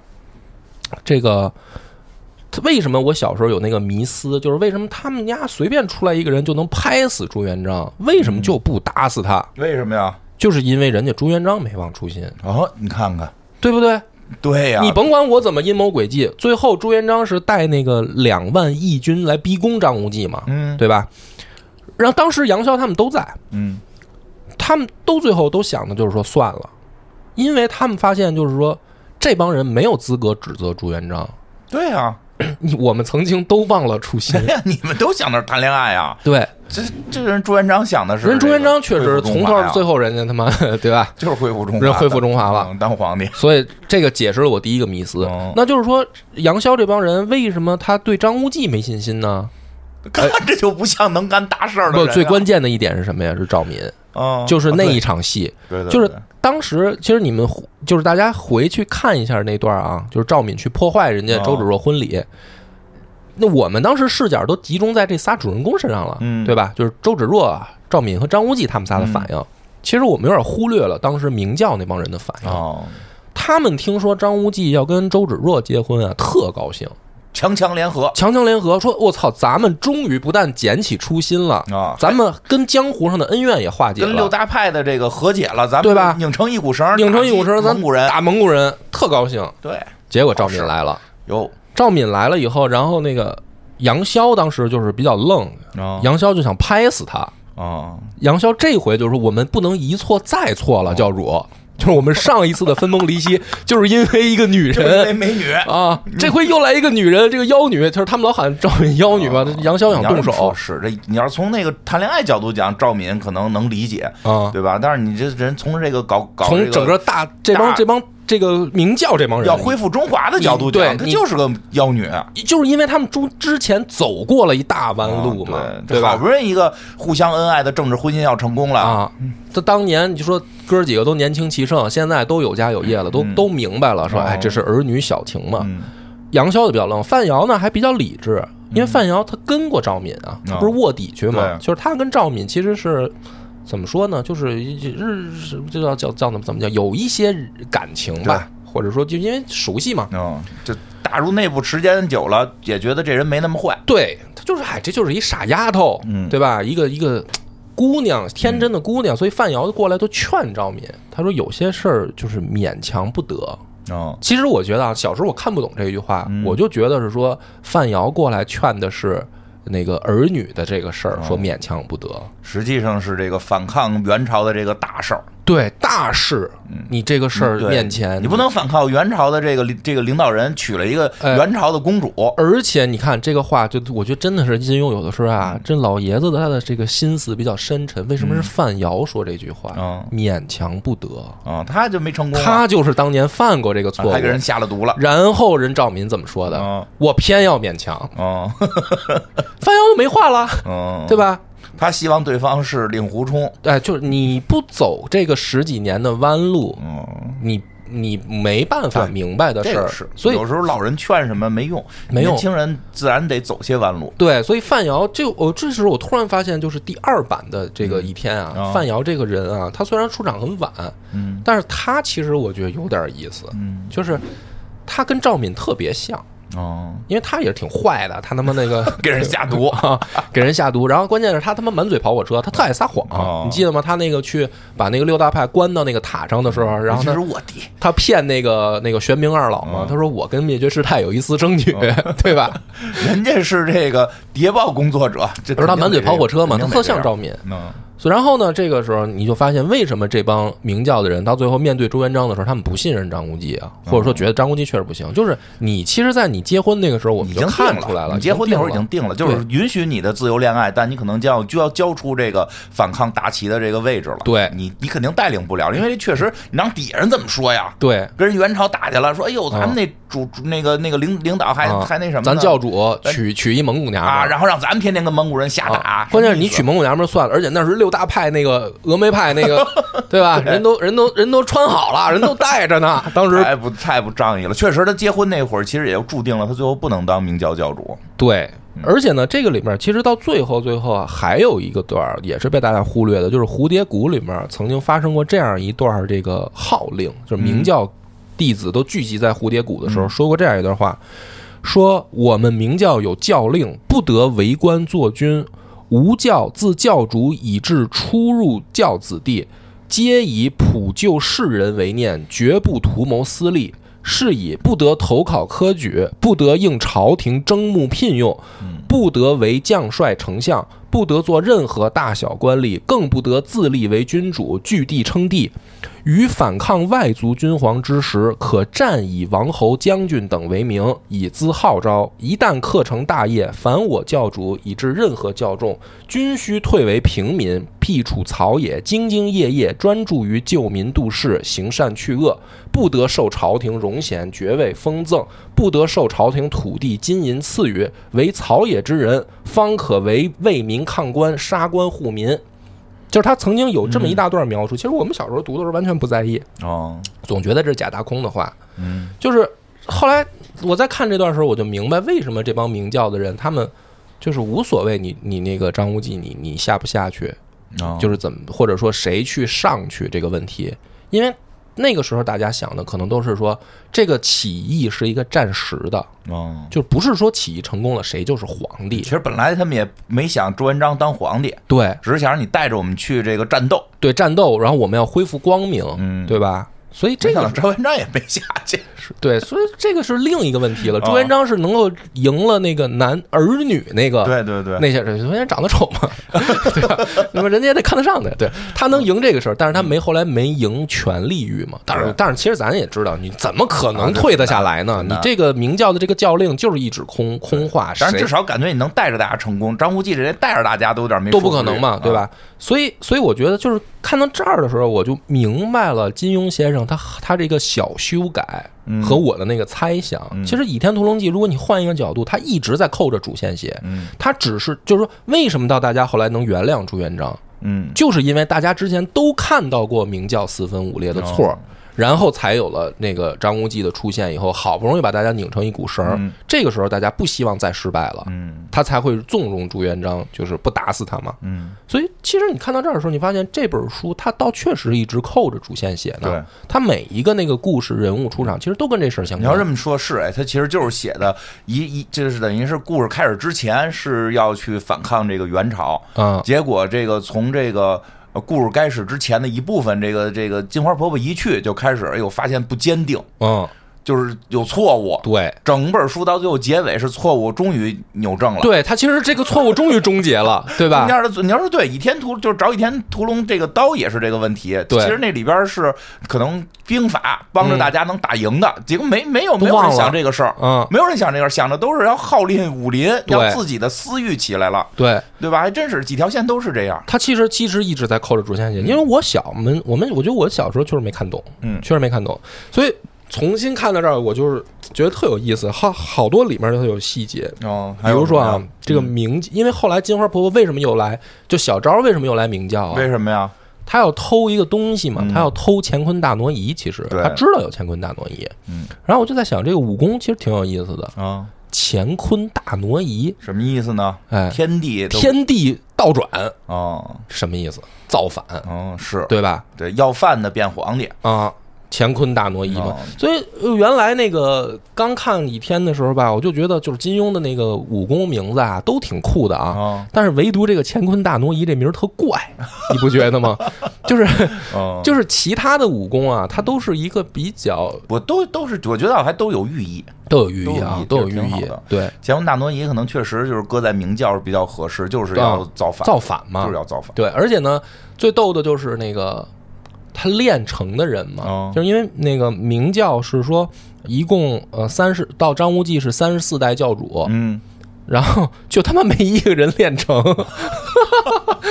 A: 这个为什么我小时候有那个迷思，就是为什么他们家随便出来一个人就能拍死朱元璋，为什么就不打死他？
B: 为什么呀？
A: 就是因为人家朱元璋没忘初心，
B: 哦，你看看，
A: 对不对？
B: 对啊呀、
A: 你甭管我怎么阴谋诡计，最后朱元璋是带那个两万义军来逼宫张无忌嘛，
B: 嗯
A: 对吧？然后当时杨逍他们都在，
B: 嗯
A: 他们都最后都想的就是说算了，因为他们发现就是说这帮人没有资格指责朱元璋，
B: 对啊呀、
A: 你我们曾经都忘了初心
B: (laughs) 哎。呀，你们都想着谈恋爱啊？
A: 对，
B: 这这人朱元璋想的是
A: 人朱元璋
B: 这
A: 确
B: 个
A: 实从头最
B: 恢复中华呀
A: 后人家他妈 (laughs) 对吧？
B: 就是恢复中华，
A: 人恢复中华了
B: 嗯，当皇帝。
A: 所以这个解释了我第一个迷思
B: 哦，
A: 那就是说杨逍这帮人为什么他对张无忌没信心呢？
B: 看这就不像能干大事儿
A: 哎
B: 的
A: 不
B: 人、，啊。
A: 最关键的一点是什么呀？是赵敏，
B: 嗯，
A: 就是那一
B: 啊，
A: 场戏，
B: 对对对
A: 就是
B: 对
A: 当时其实你们回就是大家回去看一下那段啊，就是赵敏去破坏人
B: 哦
A: 家周芷若婚礼。那我们当时视角都集中在这仨主人公身上了，
B: 嗯
A: 对吧？就是周芷若、啊、赵敏和张无忌他们仨的反应。其实我们有点忽略了当时明教那帮人的反应。
B: 哦，
A: 他们听说张无忌要跟周芷若结婚啊，特高兴，
B: 强强联合
A: 强强联合，说：“我操，咱们终于不但捡起初心了，
B: 啊，
A: 咱们跟江湖上的恩怨也化解了，
B: 跟六大派的这个和解了，咱们
A: 对吧
B: 拧成一股绳儿，
A: 拧成一股绳儿，
B: 打
A: 咱
B: 击蒙古人
A: 打蒙古人，特高兴。
B: 对，
A: 结果赵敏来了，
B: 有
A: 赵敏来了以后，然后那个杨逍当时就是比较愣，
B: 啊
A: 杨逍就想拍死他。
B: 啊，
A: 杨逍这回就是我们不能一错再错了，教主，就是我们上一次的分崩离
B: (laughs)
A: 析，就是因为一个女
B: 就是因为
A: 人。
B: 美女
A: 啊！这回又来一个女人，这个妖女，就是他们老喊赵敏妖女嘛。
B: 嗯
A: 杨逍想动
B: 你
A: 手
B: 要是这么说是这，你要是从那个谈恋爱角度讲，赵敏可能能理解，
A: 啊，
B: 对吧？但是你这人从这个搞搞这
A: 从整个大这帮
B: 大
A: 这帮这个明教这帮人
B: 要恢复中华的角度讲，
A: 你
B: 她
A: 对你
B: 就是个妖女。
A: 就是因为他们之之前走过了一大弯路嘛，
B: 啊
A: 对
B: 对
A: 吧？
B: 好不容易一个互相恩爱的政治婚姻要成功了，
A: 啊，他当年你说哥几个都年轻气盛，现在都有家有业了，都、
B: 嗯
A: 都明白了，说
B: 哦
A: 哎，这是儿女小情嘛。
B: 嗯，
A: 杨逍就比较愣，范瑶呢还比较理智，因为范瑶她跟过赵敏啊，她不是卧底去嘛，
B: 哦对
A: 就是她跟赵敏其实是。怎么说呢？就是日是这叫叫叫怎么怎么叫，有一些感情吧，或者说就因为熟悉嘛，
B: 嗯，就打入内部时间久了，也觉得这人没那么坏。
A: 对她就是哎，这就是一傻丫头，
B: 嗯
A: 对吧？一个一个姑娘，天真的姑娘，所以范瑶过来都劝赵敏，她说有些事儿就是勉强不得。
B: 嗯
A: 其实我觉得啊，小时候我看不懂这句话，
B: 嗯
A: 我就觉得是说范瑶过来劝的是那个儿女的这个事儿，
B: 哦
A: 说勉强不得。
B: 实际上是这个反抗元朝的这个大事儿，
A: 对大事，你这个事儿
B: 嗯对
A: 面前，
B: 你不能反抗元朝的这个领这个领导人娶了一个
A: 哎
B: 元朝的公主，
A: 而且你看这个话，就我觉得真的是金庸有的时候
B: 嗯
A: 啊，这老爷子他的这个心思比较深沉。为什么是范瑶说这句话？
B: 嗯
A: 勉强不得，
B: 啊、他就没成功啊，
A: 他就是当年犯过这个错误
B: 还给。人下了毒了，
A: 然后人赵敏怎么说的？
B: 嗯
A: 我偏要勉强，
B: 嗯
A: 范瑶都没话了， (laughs)
B: 嗯，
A: 对吧？
B: 他希望对方是令狐冲，
A: 哎，就是你不走这个十几年的弯路，
B: 嗯，
A: 你你没办法
B: 对
A: 明白的
B: 这
A: 事儿
B: 个是，，
A: 所以
B: 有时候老人劝什么没用，
A: 没用
B: 年轻人自然得走些弯路，
A: 对，所以范瑶这我这时候我突然发现，就是第二版的这个倚天啊，
B: 啊
A: 范瑶这个人啊，他虽然出场很晚，
B: 嗯
A: 但是他其实我觉得有点意思，
B: 嗯，
A: 就是他跟赵敏特别像，
B: 哦，
A: 因为他也是挺坏的，他他妈那
B: (laughs)
A: 个
B: 给人下毒
A: 啊，给人下毒，然后关键是他他妈满嘴跑火车，他特爱撒谎，
B: 哦
A: 你记得吗？他那个去把那个六大派关到那个塔上的时候， (laughs) 然后
B: 这
A: 他
B: 是卧底，
A: 他骗那个那个玄冥二老嘛，
B: 嗯哦
A: 他说我跟灭绝师太有一丝
B: (laughs)
A: 争取，对吧？
B: 人家是这个谍报工作者，这
A: 不是他满嘴跑火车嘛，他
B: 肯定
A: 特
B: 得这
A: 像
B: 样
A: 赵敏。
B: 嗯
A: 所以然后呢，这个时候你就发现为什么这帮明教的人到最后面对朱元璋的时候，他们不信任张无忌啊，或者
B: 哦
A: 说觉得张无忌确实不行。就是你其实，在你结婚那个时候，我们
B: 已
A: 就
B: 经
A: 看
B: 定
A: 出来
B: 你结婚那会儿已
A: 定
B: 经
A: 了
B: 定了，就是允许你的自由恋爱，但你可能将就要交出这个反抗大旗的这个位置了。
A: 对
B: 你，你肯定带领不了，因为这确实，你让底下人怎么说呀？
A: 对。
B: 跟人元朝打去了，说哎呦，咱们那主、主那个那个领领导还、
A: 啊
B: 还那什么呢，
A: 咱教主娶娶一蒙古娘们
B: 啊，
A: 儿
B: 然后让咱们天天跟蒙古人瞎打，
A: 啊关键是你
B: 什
A: 娶
B: 么
A: 蒙古娘们儿算了，而且那是六大派那个峨眉派
B: (laughs)
A: 那个，对吧？人都人都人都穿好了，人都带着
B: (laughs)
A: 呢。当
B: 意思
A: 时
B: 太不太不仗义了。确实，他结婚那会儿，其实也就注定了他最后不能当明教教主。
A: 对，而且呢，这个里面其实到最后最后啊，还有一个段儿也是被大家忽略的，就是蝴蝶谷里面曾经发生过这样一段儿这个号令，就是明教弟子都聚集在蝴蝶谷的时候，说过这样一段话，说我们明教有教令，不得为官做君，无教自教主以至出入教子弟，皆以普救世人为念，绝不图谋私利。是以不得投考科举，不得应朝廷征募聘用，不得为将帅丞相，不得做任何大小官吏，更不得自立为君主，据地称帝。于反抗外族君皇之时，可战以王侯、将军等为名，以资号召。一旦克成大业，反我教主以至任何教众，均须退为平民，辟除草野，兢兢业业，专注于救民度世，行善去恶，不得受朝廷荣衔、爵位、封赠，不得受朝廷土地、金银赐予。为草野之人，方可为为民抗官、杀官护民。就是他曾经有这
B: 嗯
A: 么一大段描述，其实我们小时候读的时候完全不在意，
B: 哦，
A: 总觉得这是假大空的话。
B: 嗯，
A: 就是后来我在看这段时候，我就明白为什么这帮明教的人他们就是无所谓你你那个张无忌你你下不下去，
B: 哦
A: 就是怎么或者说谁去上去这个问题，因为那个时候大家想的可能都是说这个起义是一个暂时的，
B: 哦，
A: 就不是说起义成功了谁就是皇帝
B: 其。实本来他们也没想朱元璋当皇帝，
A: 对
B: 只是想让你带着我们去这个战斗。
A: 对，战斗，然后我们要恢复光明，
B: 嗯
A: 对吧？所以这
B: 没
A: 个
B: 想到朱元璋也没下去。
A: 是对，所以这个是另一个问题了。
B: 啊
A: 朱元璋是能够赢了那个男儿女那个
B: (laughs) 对对对，
A: 那些人，因为人长得丑
B: (laughs)
A: 嘛，对吧？那么人家也得看得上的，对他能赢这个事儿，但是他没后来没赢权力欲嘛。但是
B: 对啊
A: 但是其实咱也知道，你怎么可能退得下来呢？
B: 很
A: 你
B: 难
A: 这个明教的这个教令就是一纸空空话，
B: 但是
A: 谁
B: 至少感觉你能带着大家成功。张无忌这人带着大家都有点没
A: 都不可
B: 说服力啊
A: 能嘛，对？吧？所以，所以我觉得就是看到这儿的时候，我就明白了金庸先生他他这个小修改
B: 嗯
A: 和我的那个猜想。
B: 嗯
A: 其实《倚天屠龙记》，如果你换一个角度，他一直在扣着主线写，
B: 嗯
A: 他只是就是说，为什么到大家后来能原谅朱元璋，
B: 嗯，
A: 就是因为大家之前都看到过明教四分五裂的错。
B: 哦
A: 然后才有了那个张无忌的出现，以后好不容易把大家拧成一股绳儿，
B: 嗯
A: 这个时候大家不希望再失败了，
B: 嗯
A: 他才会纵容朱元璋，就是不打死他嘛。
B: 嗯，
A: 所以，其实你看到这儿的时候，你发现这本书它倒确实一直扣着主线写
B: 对
A: 呢。。它每一个那个故事人物出场，其实都跟这事儿相
B: 你要这
A: 关。
B: 么说，是哎，他其实就是写的一一，就是等于是故事开始之前是要去反抗这个元朝，
A: 啊，
B: 结果这个从这个。呃故事开始之前的一部分，这个这个金花婆婆一去就开始，哎呦，发现不坚定，
A: 嗯，
B: 就是有错误。
A: 对，
B: 整本书到最后结尾是错误，终于扭正了。
A: 对，它其实这个错误终于终结了，对
B: 中
A: 吧？
B: 间的你要说对《倚天屠》就是找《倚天屠龙》这个刀也是这个问题。
A: 对嗯
B: 其实那里边是可能兵法帮着大家能打赢的，结果没没有没有
A: 忘
B: 人
A: 了
B: 想这个事儿。
A: 嗯，
B: 没有人想这个，想的都是要号令武林，
A: 对
B: 要自己的私欲起来了，
A: 对，
B: 对吧？还真是几条线都是这样。
A: 它其实其实一直在扣着主线写，因为我小我们我们我觉得我小时候确实没看懂，
B: 嗯
A: 确实没看懂，所以重新看到这儿，我就是觉得特有意思，好好多里面都有细节，
B: 哦，
A: 比如说啊，这个明，因为后来金花婆婆为什么又来，就小昭为什么又来明教啊？
B: 为什么呀？
A: 他要偷一个东西嘛，
B: 嗯
A: 他要偷乾坤大挪移。其实
B: 对
A: 他知道有乾坤大挪移，
B: 嗯，
A: 然后我就在想，这个武功其实挺有意思的，
B: 啊，
A: 乾坤大挪移，
B: 什么意思呢？
A: 哎，
B: 天地都
A: 天地倒转
B: 哦
A: 什么意思？造反，
B: 哦是
A: 对吧？
B: 对要饭的变皇帝
A: 啊，乾坤大挪移嘛
B: 哦。
A: 所以呃原来那个刚看《倚天》的时候吧，我就觉得就是金庸的那个武功名字啊，都挺酷的啊。
B: 哦
A: 但是唯独这个乾坤大挪移这名儿特
B: (laughs)
A: 怪，你不觉得吗？就是
B: 哦，
A: 就是其他的武功啊，它都是一个比较
B: 我都都是我觉得还都有寓意。
A: 都有寓意啊，都
B: 都有
A: 有
B: 寓
A: 寓
B: 意挺好
A: 意
B: 的。
A: 对，
B: 乾坤大挪移可能确实就是搁在明教是比较合适，就是要
A: 啊
B: 造反，
A: 造反嘛
B: 就是，要造反。
A: 对，而且呢，最逗的就是那个他练成的人
B: 哦
A: 嘛，就是因为那个明教是说一共呃三十到张无忌是三十四代教主，
B: 嗯，
A: 然后 (laughs) 就他妈没一个人练
B: (laughs)
A: 成，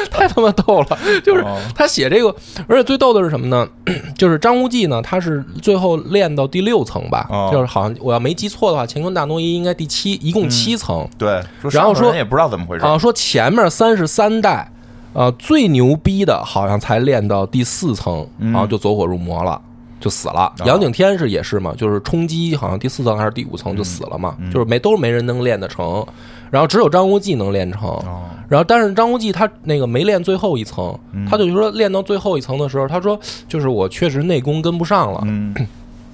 A: 太他妈逗了，就是
B: 哦
A: 他写这个，而且最逗的是什么呢？ (clears throat) 就是张无忌呢，他是最后练到第六层吧，
B: 哦嗯
A: 就是好像我要没记错的话，乾坤大挪移应该第七，一共七层。
B: 对。说
A: 然后
B: 上头人
A: 说
B: 也不知道怎么回事，
A: 啊，说前面三十三代，呃，最牛逼的好像才练到第四层，
B: 嗯啊
A: 然后就走火入魔了。就死了，杨景天是也是嘛，就是冲击好像第四层还是第五
B: 嗯
A: 层就死了嘛，就是没都是没人能练得成，然后只有张无忌能练成，
B: 哦嗯
A: 然后但是张无忌他那个没练最后一层，他就说练到最后一层的时候，他说就是我确实内功跟不上了，
B: 嗯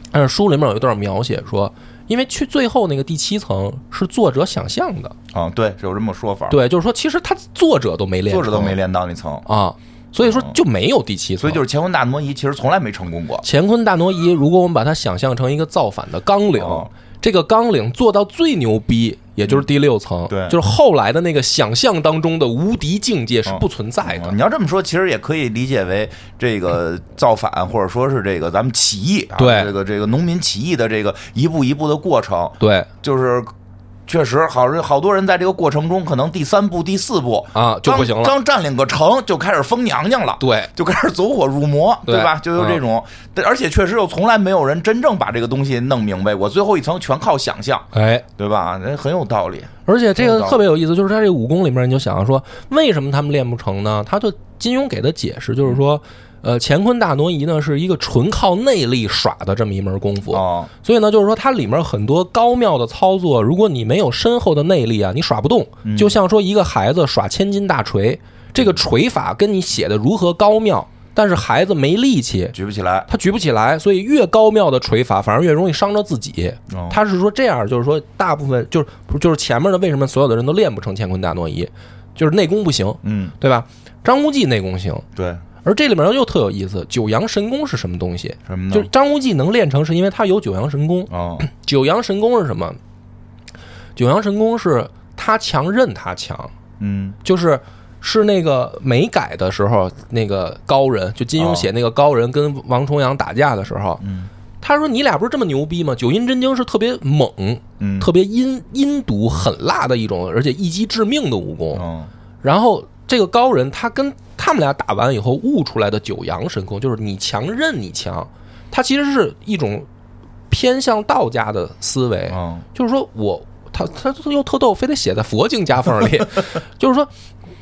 A: 但是书里面有一段描写说，因为去最后那个第七层是作者想象的，
B: 啊，对，有这么说法。
A: 对，就是说，其实他作者都没练，
B: 作者都没。练到那层，
A: 啊。所以说就没有第七层。
B: 嗯所以就是乾坤大挪移，其实从来没成功过。
A: 乾坤大挪移，如果我们把它想象成一个造反的纲领，
B: 哦嗯
A: 这个纲领做到最牛逼，也就是第六层，
B: 对
A: 就是后来的那个想象当中的无敌境界是不存在的。
B: 嗯你要这么说，其实也可以理解为这个造反，或者说是这个咱们起义啊，
A: 对
B: 这个这个农民起义的这个一步一步的过程，
A: 对
B: 就是确实好人好多人在这个过程中，可能第三步、第四步
A: 啊，就不行了。
B: 刚刚占领个城就开始疯娘娘了。
A: 对，
B: 就开始走火入魔，
A: 对嗯
B: 对吧？就有这种，但而且确实又从来没有人真正把这个东西弄明白过，最后一层全靠想象，
A: 哎，
B: 对吧？那很有道理。
A: 而且这
B: 有
A: 个
B: 道理
A: 特别有意思，就是他这武功里面，你就想要说，为什么他们练不成呢？他就金庸给的解释就是说，呃，乾坤大挪移呢是一个纯靠内力耍的这么一门功夫，
B: 哦，
A: 所以呢，就是说它里面很多高妙的操作，如果你没有深厚的内力啊，你耍不动。就像说一个孩子耍千斤大锤，这个锤法跟你写的如何高妙，但是孩子没力气，
B: 举不起来。
A: 他举不起来，所以越高妙的锤法反而越容易伤着自己
B: 哦。
A: 他是说这样，就是说大部分就是不就是前面的为什么所有的人都练不成乾坤大挪移，就是内功不行，
B: 嗯，
A: 对吧？张无忌内功行，
B: 对，
A: 而这里面又特有意思，九阳神功是什么东西？
B: 什么呢？
A: 就是张无忌能练成，是因为他有九阳神功。
B: 哦，
A: 九阳神功是什么？九阳神功是他强任他强，
B: 嗯，
A: 就是是那个美改的时候，那个高人，就金庸写那个高人跟王重阳打架的时候，
B: 嗯
A: 他说你俩不是这么牛逼吗？九阴真经是特别猛、
B: 嗯，
A: 特别阴阴毒、狠辣的一种，而且一击致命的武功。
B: 哦，
A: 然后这个高人他跟他们俩打完以后悟出来的九阳神功，就是你强任你强，它其实是一种偏向道家的思维。
B: 哦，
A: 就是说我他他他又特逗，非得写在佛经夹缝里， (laughs) 就是说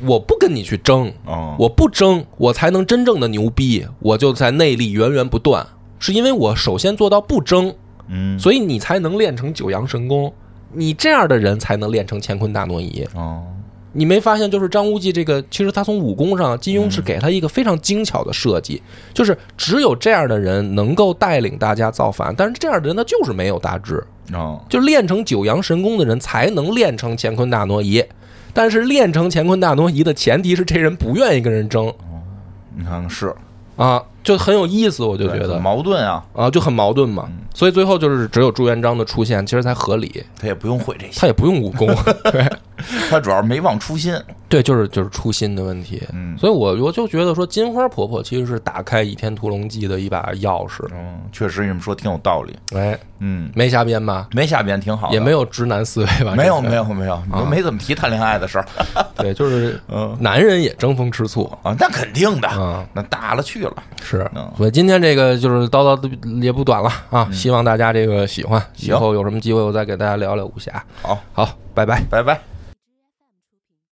A: 我不跟你去争，
B: 哦，
A: 我不争，我才能真正的牛逼，我就在内力源源不断，是因为我首先做到不争，
B: 嗯，
A: 所以你才能练成九阳神功，你这样的人才能练成乾坤大挪移。
B: 哦，
A: 你没发现，就是张无忌这个，其实他从武功上，金庸是给他一个非常精巧的设计，就是只有这样的人能够带领大家造反，但是这样的人他就是没有大志，
B: 哦，
A: 就练成九阳神功的人才能练成乾坤大挪移，但是练成乾坤大挪移的前提是这人不愿意跟人争
B: 你看是，
A: 啊，就很有意思，我就觉
B: 对
A: 得
B: 很矛盾啊，
A: 啊就很矛盾嘛，所以最后就是只有朱元璋的出现其实才合理，
B: 他也不用会这些，
A: 他也不用
B: (laughs)
A: 武功，对
B: 他主要是没忘初心。
A: 对，就是就是初心的问题，
B: 嗯，
A: 所以我我就觉得说金花婆婆其实是打开《倚天屠龙记》的一把钥匙，
B: 嗯，确实你们说挺有道理。
A: 哎，
B: 嗯，
A: 没瞎编吧？
B: 没下边挺好的，
A: 也没有直男思维吧？
B: 没有
A: 这个啊
B: 没有没有，你们没怎么提谈恋爱的事儿
A: 对，就是
B: 嗯
A: 男人也争风吃醋
B: 啊，那肯定的，
A: 啊。
B: 那大了去了。
A: 是
B: 嗯，
A: 所以今天这个就是叨叨也不短了啊，希望大家这个喜欢，以
B: 行
A: 后有什么机会我再给大家聊聊武侠。
B: 好，
A: 好，拜拜。
B: 拜拜。